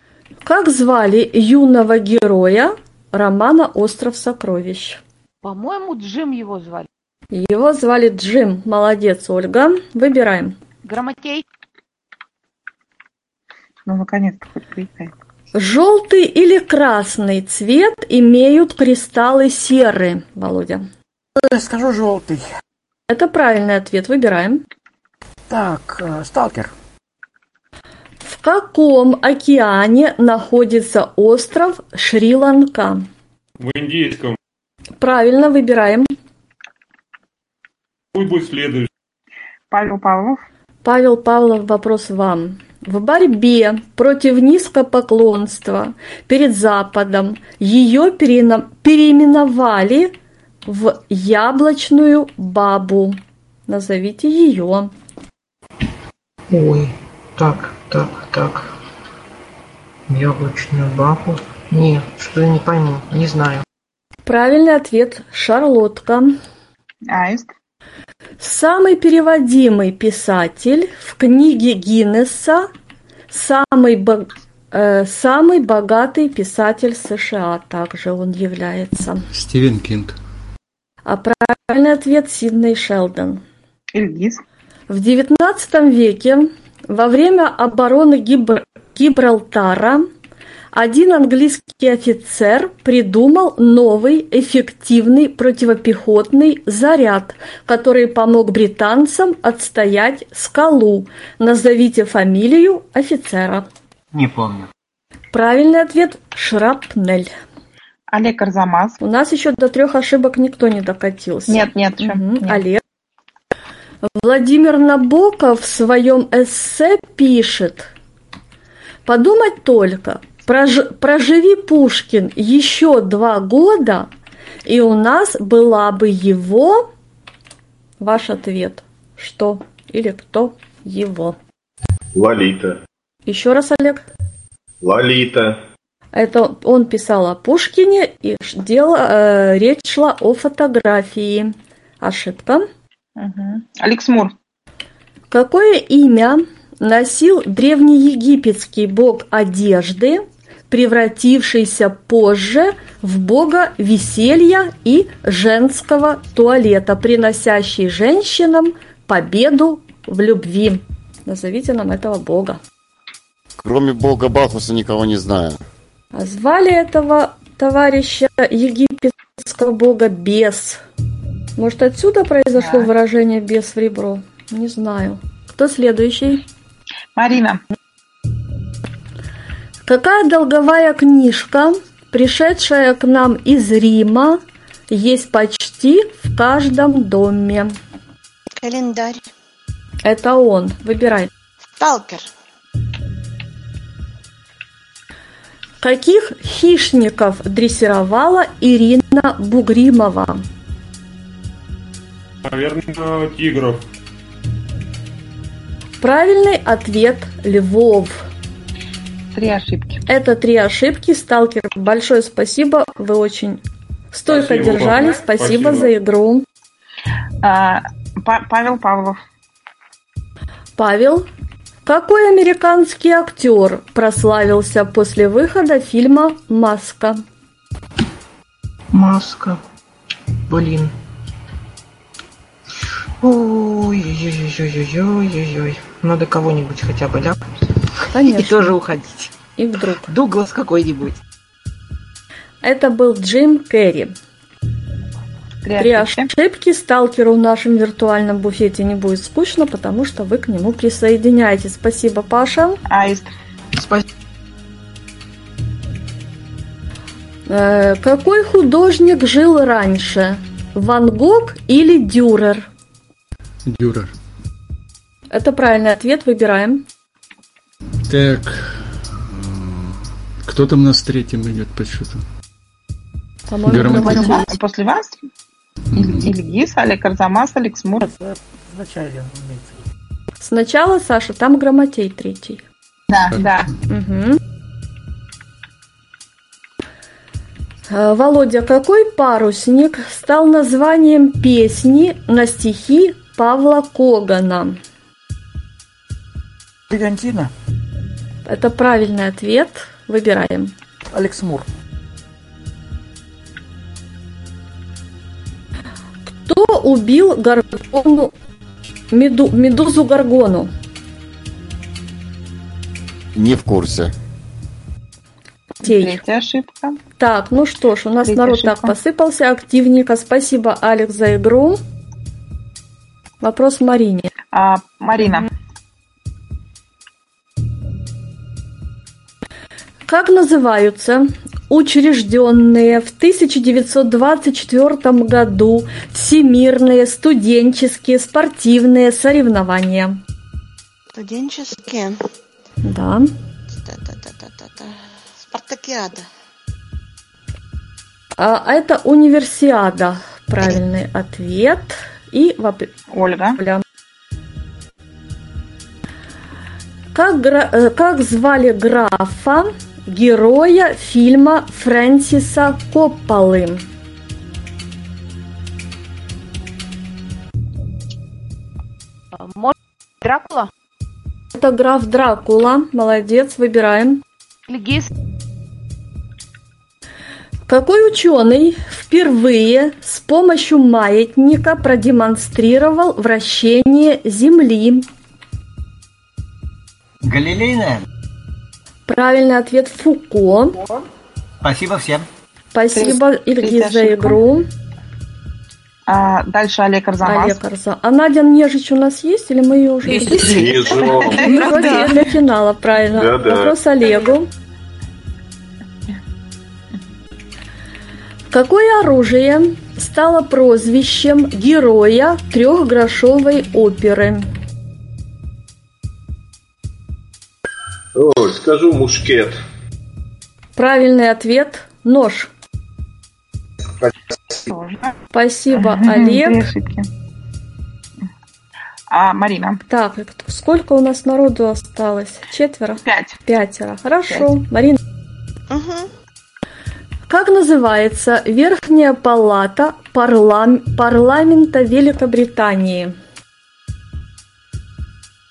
Как звали юного героя романа «Остров сокровищ»?
По-моему, Джим его звали.
Его звали Джим. Молодец, Ольга. Выбираем.
Грамотей.
Ну, наконец-то хоть приехали.
Желтый или красный цвет имеют кристаллы серы, Володя.
Я скажу желтый.
Это правильный ответ. Выбираем.
Так, э, сталкер.
В каком океане находится остров Шри-Ланка?
В индийском.
Правильно, выбираем.
Пусть будет следующий.
Павел Павлов.
Павел Павлов, вопрос вам. В борьбе против низкопоклонства перед Западом ее перена- переименовали в яблочную бабу. Назовите ее.
Ой, так, так, так. Яблочную бабу? Не, что я не пойму, не знаю.
Правильный ответ – Шарлотка.
Аист.
Самый переводимый писатель в книге Гиннесса, самый, бо- э, самый богатый писатель США также он является.
Стивен Кинг.
А правильный ответ Сидней Шелдон.
Ильгиз.
В XIX веке во время обороны Гибр- Гибралтара один английский офицер придумал новый эффективный противопехотный заряд, который помог британцам отстоять скалу. Назовите фамилию офицера.
Не помню.
Правильный ответ – шрапнель.
Олег Арзамас.
У нас еще до трех ошибок никто не докатился.
Нет, нет, ещё
Мгм,
нет.
Олег. Владимир Набоков в своем эссе пишет. Подумать только, прож- проживи Пушкин еще два года, и у нас была бы его... Ваш ответ. Что или кто его?
Лолита.
Еще раз, Олег.
Лолита.
Это он писал о Пушкине, и ш- дело, э, речь шла о фотографии. Ошибка.
Мгм. Алекс Мур.
Какое имя носил древнеегипетский бог одежды, превратившийся позже в бога веселья и женского туалета, приносящий женщинам победу в любви? Назовите нам этого бога.
Кроме бога Бахуса никого не знаю.
А звали этого товарища египетского бога Бес. Может, отсюда произошло выражение «бес в ребро»? Не знаю. Кто следующий?
Марина.
Какая долговая книжка, пришедшая к нам из Рима, есть почти в каждом доме?
Календарь.
Это он. Выбирай.
Сталкер.
Каких хищников дрессировала Ирина Бугримова?
Наверное, тигров.
Правильный ответ – Львов.
Три ошибки.
Это три ошибки. Сталкер, большое спасибо. Вы очень стойко
Спасибо.
держали. Спасибо,
Спасибо.
за игру.
А, Па- Павел Павлов.
Павел, какой американский актер прославился после выхода фильма «Маска»?
Маска. Блин. Ой-ой-ой-ой-ой-ой-ой. Надо кого-нибудь хотя бы ляпнуть.
Конечно.
И тоже уходить.
И вдруг.
Дуглас какой-нибудь.
Это был Джим Керри.
Три
Три ошибки сталкеру в нашем виртуальном буфете не будет скучно, потому что вы к нему присоединяетесь. Спасибо, Паша.
Аист.
Спасибо.
Э, Какой художник жил раньше? Ван Гог или Дюрер?
Дюрер.
Это правильный ответ, выбираем.
Так. м, Кто там у нас третьим идет по счету?
По-моему,
Грамотный.
После вас- После вас? Ильгиз, Олег Арзамас, Алекс Мур.
Вначале имеется.
Сначала, Саша, там грамотей третий.
Да, да.
Мгм. Э, Володя, какой парусник стал названием песни на стихи Павла Когана?
Бригантина.
Это правильный ответ. Выбираем.
Алекс Мур.
Кто убил Гаргону, Меду- медузу Гаргону?
Не в курсе.
Тей.
ошибка.
Так, ну что ж, у нас
Третья
народ так
ошибка.
посыпался активненько. Спасибо, Алекс, за игру. Вопрос Марине.
А, Марина.
Как называются учрежденные в 1924 году всемирные студенческие спортивные соревнования?
Студенческие.
Да.
Та-та-та-та-та-та. Спартакиада.
А а это универсиада. Правильный ответ. И воп-
Ольга.
Как, гра- э, как звали графа, героя фильма Фрэнсиса Копполы?
А, Может, Дракула?
Это граф Дракула. Молодец, выбираем.
Легис?
Какой ученый впервые с помощью маятника продемонстрировал вращение Земли?
Галилей, наверное.
Правильный ответ Фуко.
Спасибо всем.
Спасибо, Ильгиз, за игру.
А, дальше Олег Арзамас.
Олег Арза- А Надя Нежич у нас есть или мы ее уже
Есть.
пропустили?
Ежов.
Ну, вроде
Да.
для финала, правильно.
Да, да.
Вопрос Олегу. Какое оружие стало прозвищем героя трехгрошовой оперы?
Ой, скажу мушкет.
Правильный ответ – нож. Спасибо, Олег.
Две ошибки. А, Марина.
Так, и кто- сколько у нас народу осталось? Четверо?
Пять.
Пятеро. Хорошо. Марина. Как называется Верхняя палата парлам- парламента Великобритании?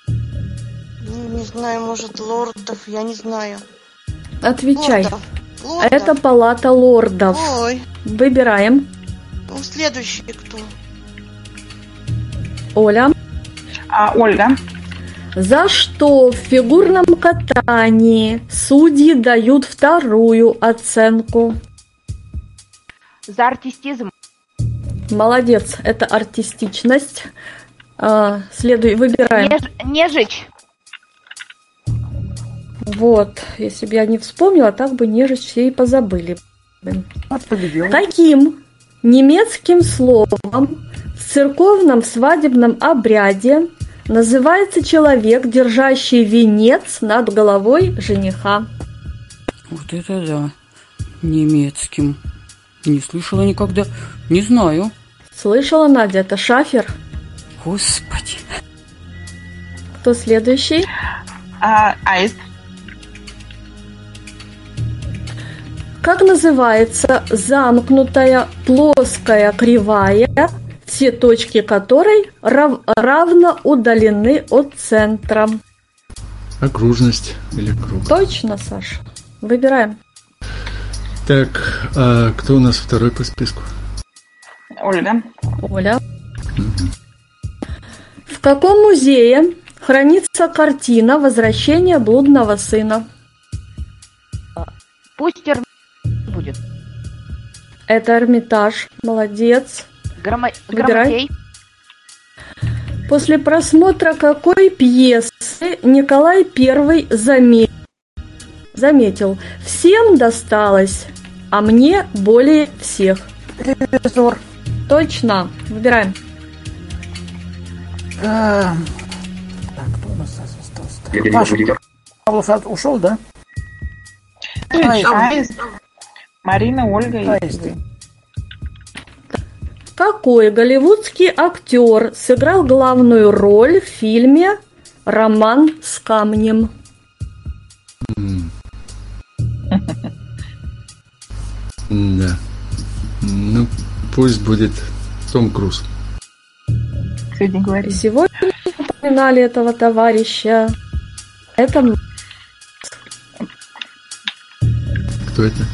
Ну, не знаю, может, лордов, я не знаю.
Отвечай. А
Лордов. Лордов.
Это палата лордов.
Ой.
Выбираем.
Ну, следующий кто?
Оля.
А, Ольга.
За что в фигурном катании судьи дают вторую оценку?
За артистизм.
Молодец, это артистичность. А, следуй, выбираем.
Неж- нежич.
Вот, если бы я не вспомнила, так бы нежесть все и позабыли. бы. Каким немецким словом в церковном свадебном обряде называется человек, держащий венец над головой жениха?
Вот это да. Немецким. Не слышала никогда. Не знаю.
Слышала, Надя, это шафер.
Господи.
Кто следующий?
А, аист.
Как называется замкнутая плоская кривая, все точки которой рав- равно удалены от центра?
Окружность или круг.
Точно, Саша. Выбираем.
Так, а кто у нас второй по списку?
Ольга.
Оля. В каком музее хранится картина «Возвращение блудного сына»?
Пусть Эрм- будет.
Это Эрмитаж. Молодец.
Грома-
Выбирай.
Грамотей.
После просмотра какой пьесы Николай I заме- заметил? Всем досталось, а мне более всех. Точно. Выбираем.
А, Так, кто у нас здесь остался? Паша Павлов от- ушел, да?
Аист. Марина, Ольга и
Аисты.
Какой голливудский актер сыграл главную роль в фильме «Роман с камнем»?
Да. Ну, пусть будет Том Круз.
Сегодня говорили.
Сегодня мы упоминали этого товарища. Это, м-
Кто это?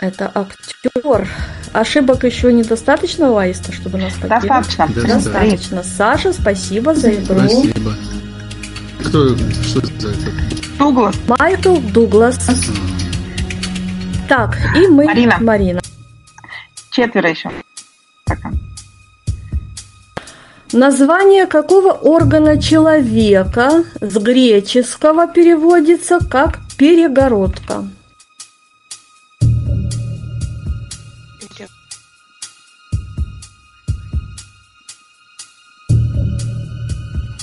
это актер. Ошибок еще недостаточно у Аиста, чтобы нас покинуть?
Достаточно.
Достаточно. Саша, спасибо за игру.
Спасибо. Кто, что за это?
Дуглас.
Майкл Дуглас. Так, и мы... Марина. Марина.
Четверо еще.
Название какого органа человека с греческого переводится как перегородка?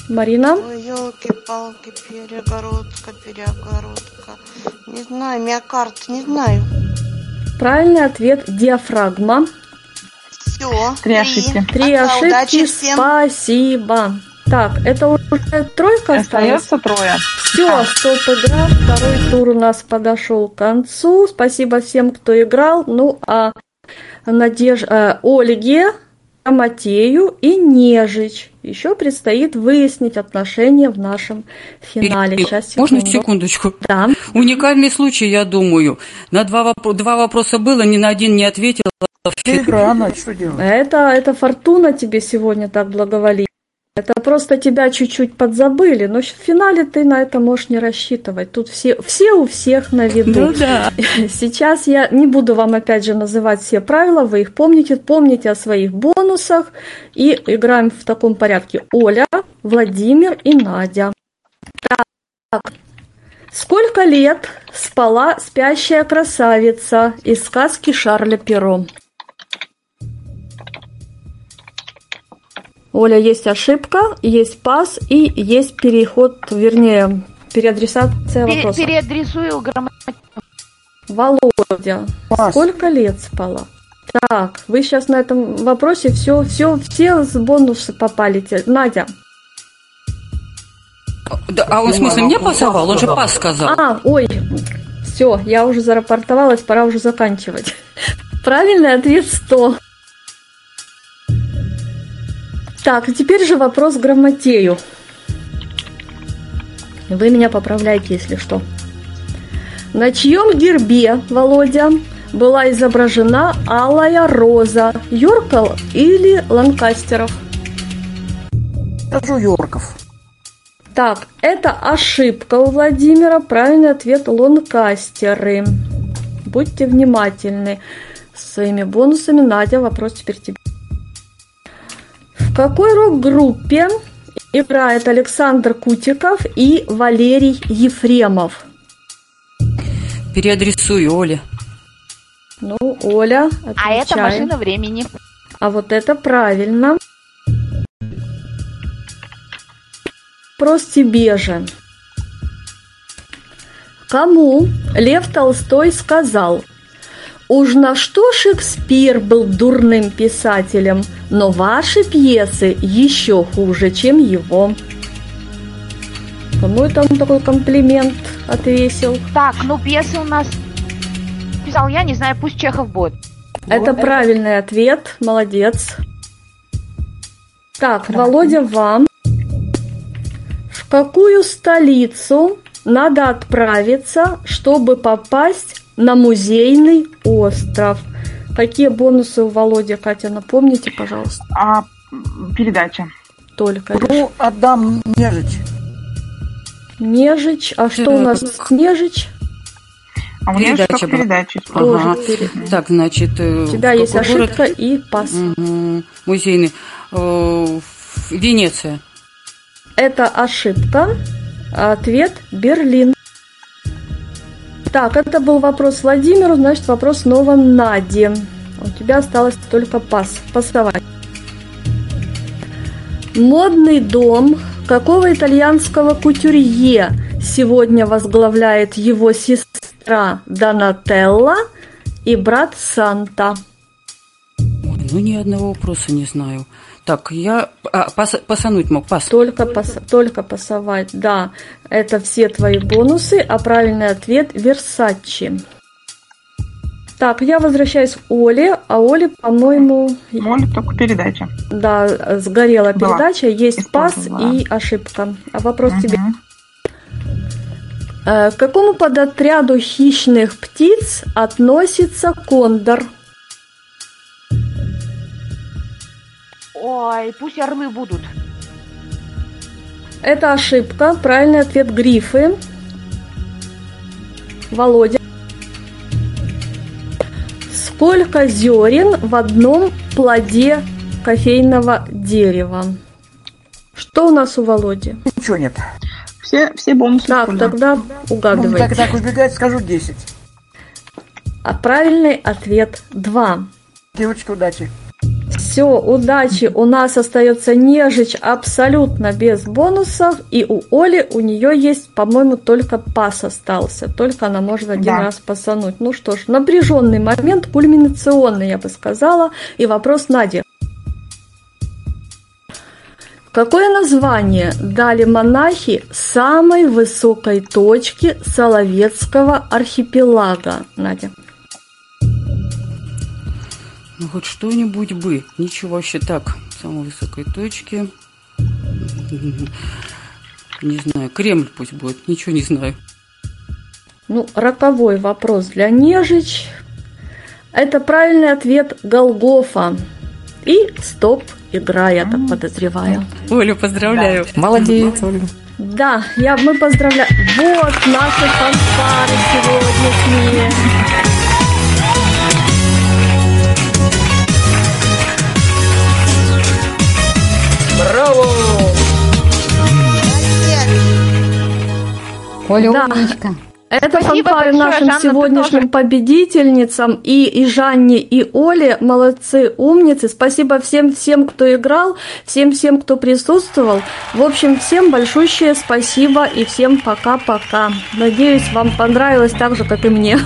Марина?
Ой, елки-палки, перегородка, перегородка. Не знаю, миокард, не знаю.
Правильный ответ – диафрагма.
Все.
Три ошибки. Три
Пока,
ошибки.
удачи всем.
Спасибо. Так, это уже тройка осталась?
Остается трое.
Все, стоп игра. Второй тур у нас подошел к концу. Спасибо всем, кто играл. Ну, а Надеж... э, Ольге, а Матею и Нежич. Еще предстоит выяснить отношения в нашем финале.
Перебью.
Сейчас,
Э, Можно секундочку?
Да.
Уникальный случай, я думаю. На два, вопро- два вопроса было, ни на один не ответила.
что делать?
Это, это фортуна тебе сегодня так благоволит. Это просто тебя чуть-чуть подзабыли, но щ- в финале ты на это можешь не рассчитывать. Тут все, все у всех на виду.
Ну да.
Сейчас я не буду вам опять же называть все правила, вы их помните, помните о своих бонусах. И играем в таком порядке. Оля, Владимир и Надя. Так, сколько лет спала спящая красавица из сказки Шарля Перо? Оля, есть ошибка, есть пас и есть переход, вернее, переадресация
Пере-
вопроса.
Переадресую грамотно.
Володя, сколько лет спала? Так, вы сейчас на этом вопросе все, все, все с бонусы попалите. Надя.
Да, а он в смысле мне пасовал? Он же пас сказал.
А, ой, все, я уже зарапортовалась, пора уже заканчивать. Правильный ответ 100. Так, и теперь же вопрос грамотею. Вы меня поправляете, если что. На чьем гербе, Володя, была изображена алая роза Йоркал или Ланкастеров?
Скажу Йорков.
Так, это ошибка у Владимира. Правильный ответ – лонкастеры. Будьте внимательны. Со своими бонусами, Надя, вопрос теперь тебе. В какой рок-группе играет Александр Кутиков и Валерий Ефремов?
Переадресую Оле.
Ну, Оля,
А это
отвечаем.
машина времени.
А вот это правильно. Вопрос тебе же. Кому Лев Толстой сказал, «Уж на что Шекспир был дурным писателем, но ваши пьесы еще хуже, чем его». Кому это он такой комплимент отвесил?
Так, ну пьесы у нас писал я, не знаю, пусть Чехов будет.
Это правильный ответ. Молодец. Так, Володя, вам. В какую столицу надо отправиться, чтобы попасть на музейный остров? Какие бонусы у Володи, Катя, напомните, пожалуйста.
А м, передача.
Только лишь.
Ну, отдам нежить.
Нежич. А что у нас с Нежич?
А у меня
Передача
только
была.
передача.
Ага.
Тоже передача.
Так, значит... э,
У тебя
какой
есть
город?
ошибка и пас.
Мгм. Музейный. Э, в- Венеция.
Это ошибка. Ответ – Берлин. Так, это был вопрос Владимиру, значит, вопрос снова Наде. У тебя осталось только пас. Пасовать. Модный дом какого итальянского кутюрье сегодня возглавляет его сестра Донателла и брат Санта?
Ой, ну ни одного вопроса не знаю. Так, я а, пас- пасануть мог, пас.
Только, пас, только пасовать, да. Это все твои бонусы, а правильный ответ – Версачи. Так, я возвращаюсь к Оле, а Оле, по-моему...
Оле только передача.
Да, э, сгорела
Была.
передача, есть пас
Использовала.
и ошибка. А вопрос
Мгм.
тебе. Э, К какому подотряду хищных птиц относится кондор?
Ой, пусть орлы будут.
Это ошибка. Правильный ответ грифы. Володя. Сколько зерен в одном плоде кофейного дерева? Что у нас у Володи?
Ничего нет.
Все, все бонусы.
Так, тогда
Ну, так,
угадывайте.
так убегать, скажу 10.
А правильный ответ 2.
Девочки, удачи.
Все, удачи. У нас остается нежич абсолютно без бонусов. И у Оли у нее есть, по-моему, только пас остался. Только она может один
Да.
раз пасануть. Ну что ж, напряженный момент, кульминационный, я бы сказала. И вопрос Нади. Какое название дали монахи самой высокой точки Соловецкого архипелага, Надя?
Ну хоть что-нибудь бы. Ничего вообще так. Самой высокой точки. Не знаю. Кремль пусть будет. Ничего не знаю.
Ну, роковой вопрос для Нежич. Это правильный ответ Голгофа. И стоп, игра, я так подозреваю.
Олю, поздравляю.
Молодец, Оля.
Да, я, мы поздравляем. Вот наши фанфары сегодняшние.
Браво!
Оля,
Да.
умничка.
Это
Спасибо
фанфары
большое,
нашим
Жанна, ты
сегодняшним победительницам и, и Жанне, и Оле. Молодцы, умницы. Спасибо всем, всем, кто играл, всем, всем, кто присутствовал. В общем, всем большущее спасибо и всем пока-пока. Надеюсь, вам понравилось так же, как и мне.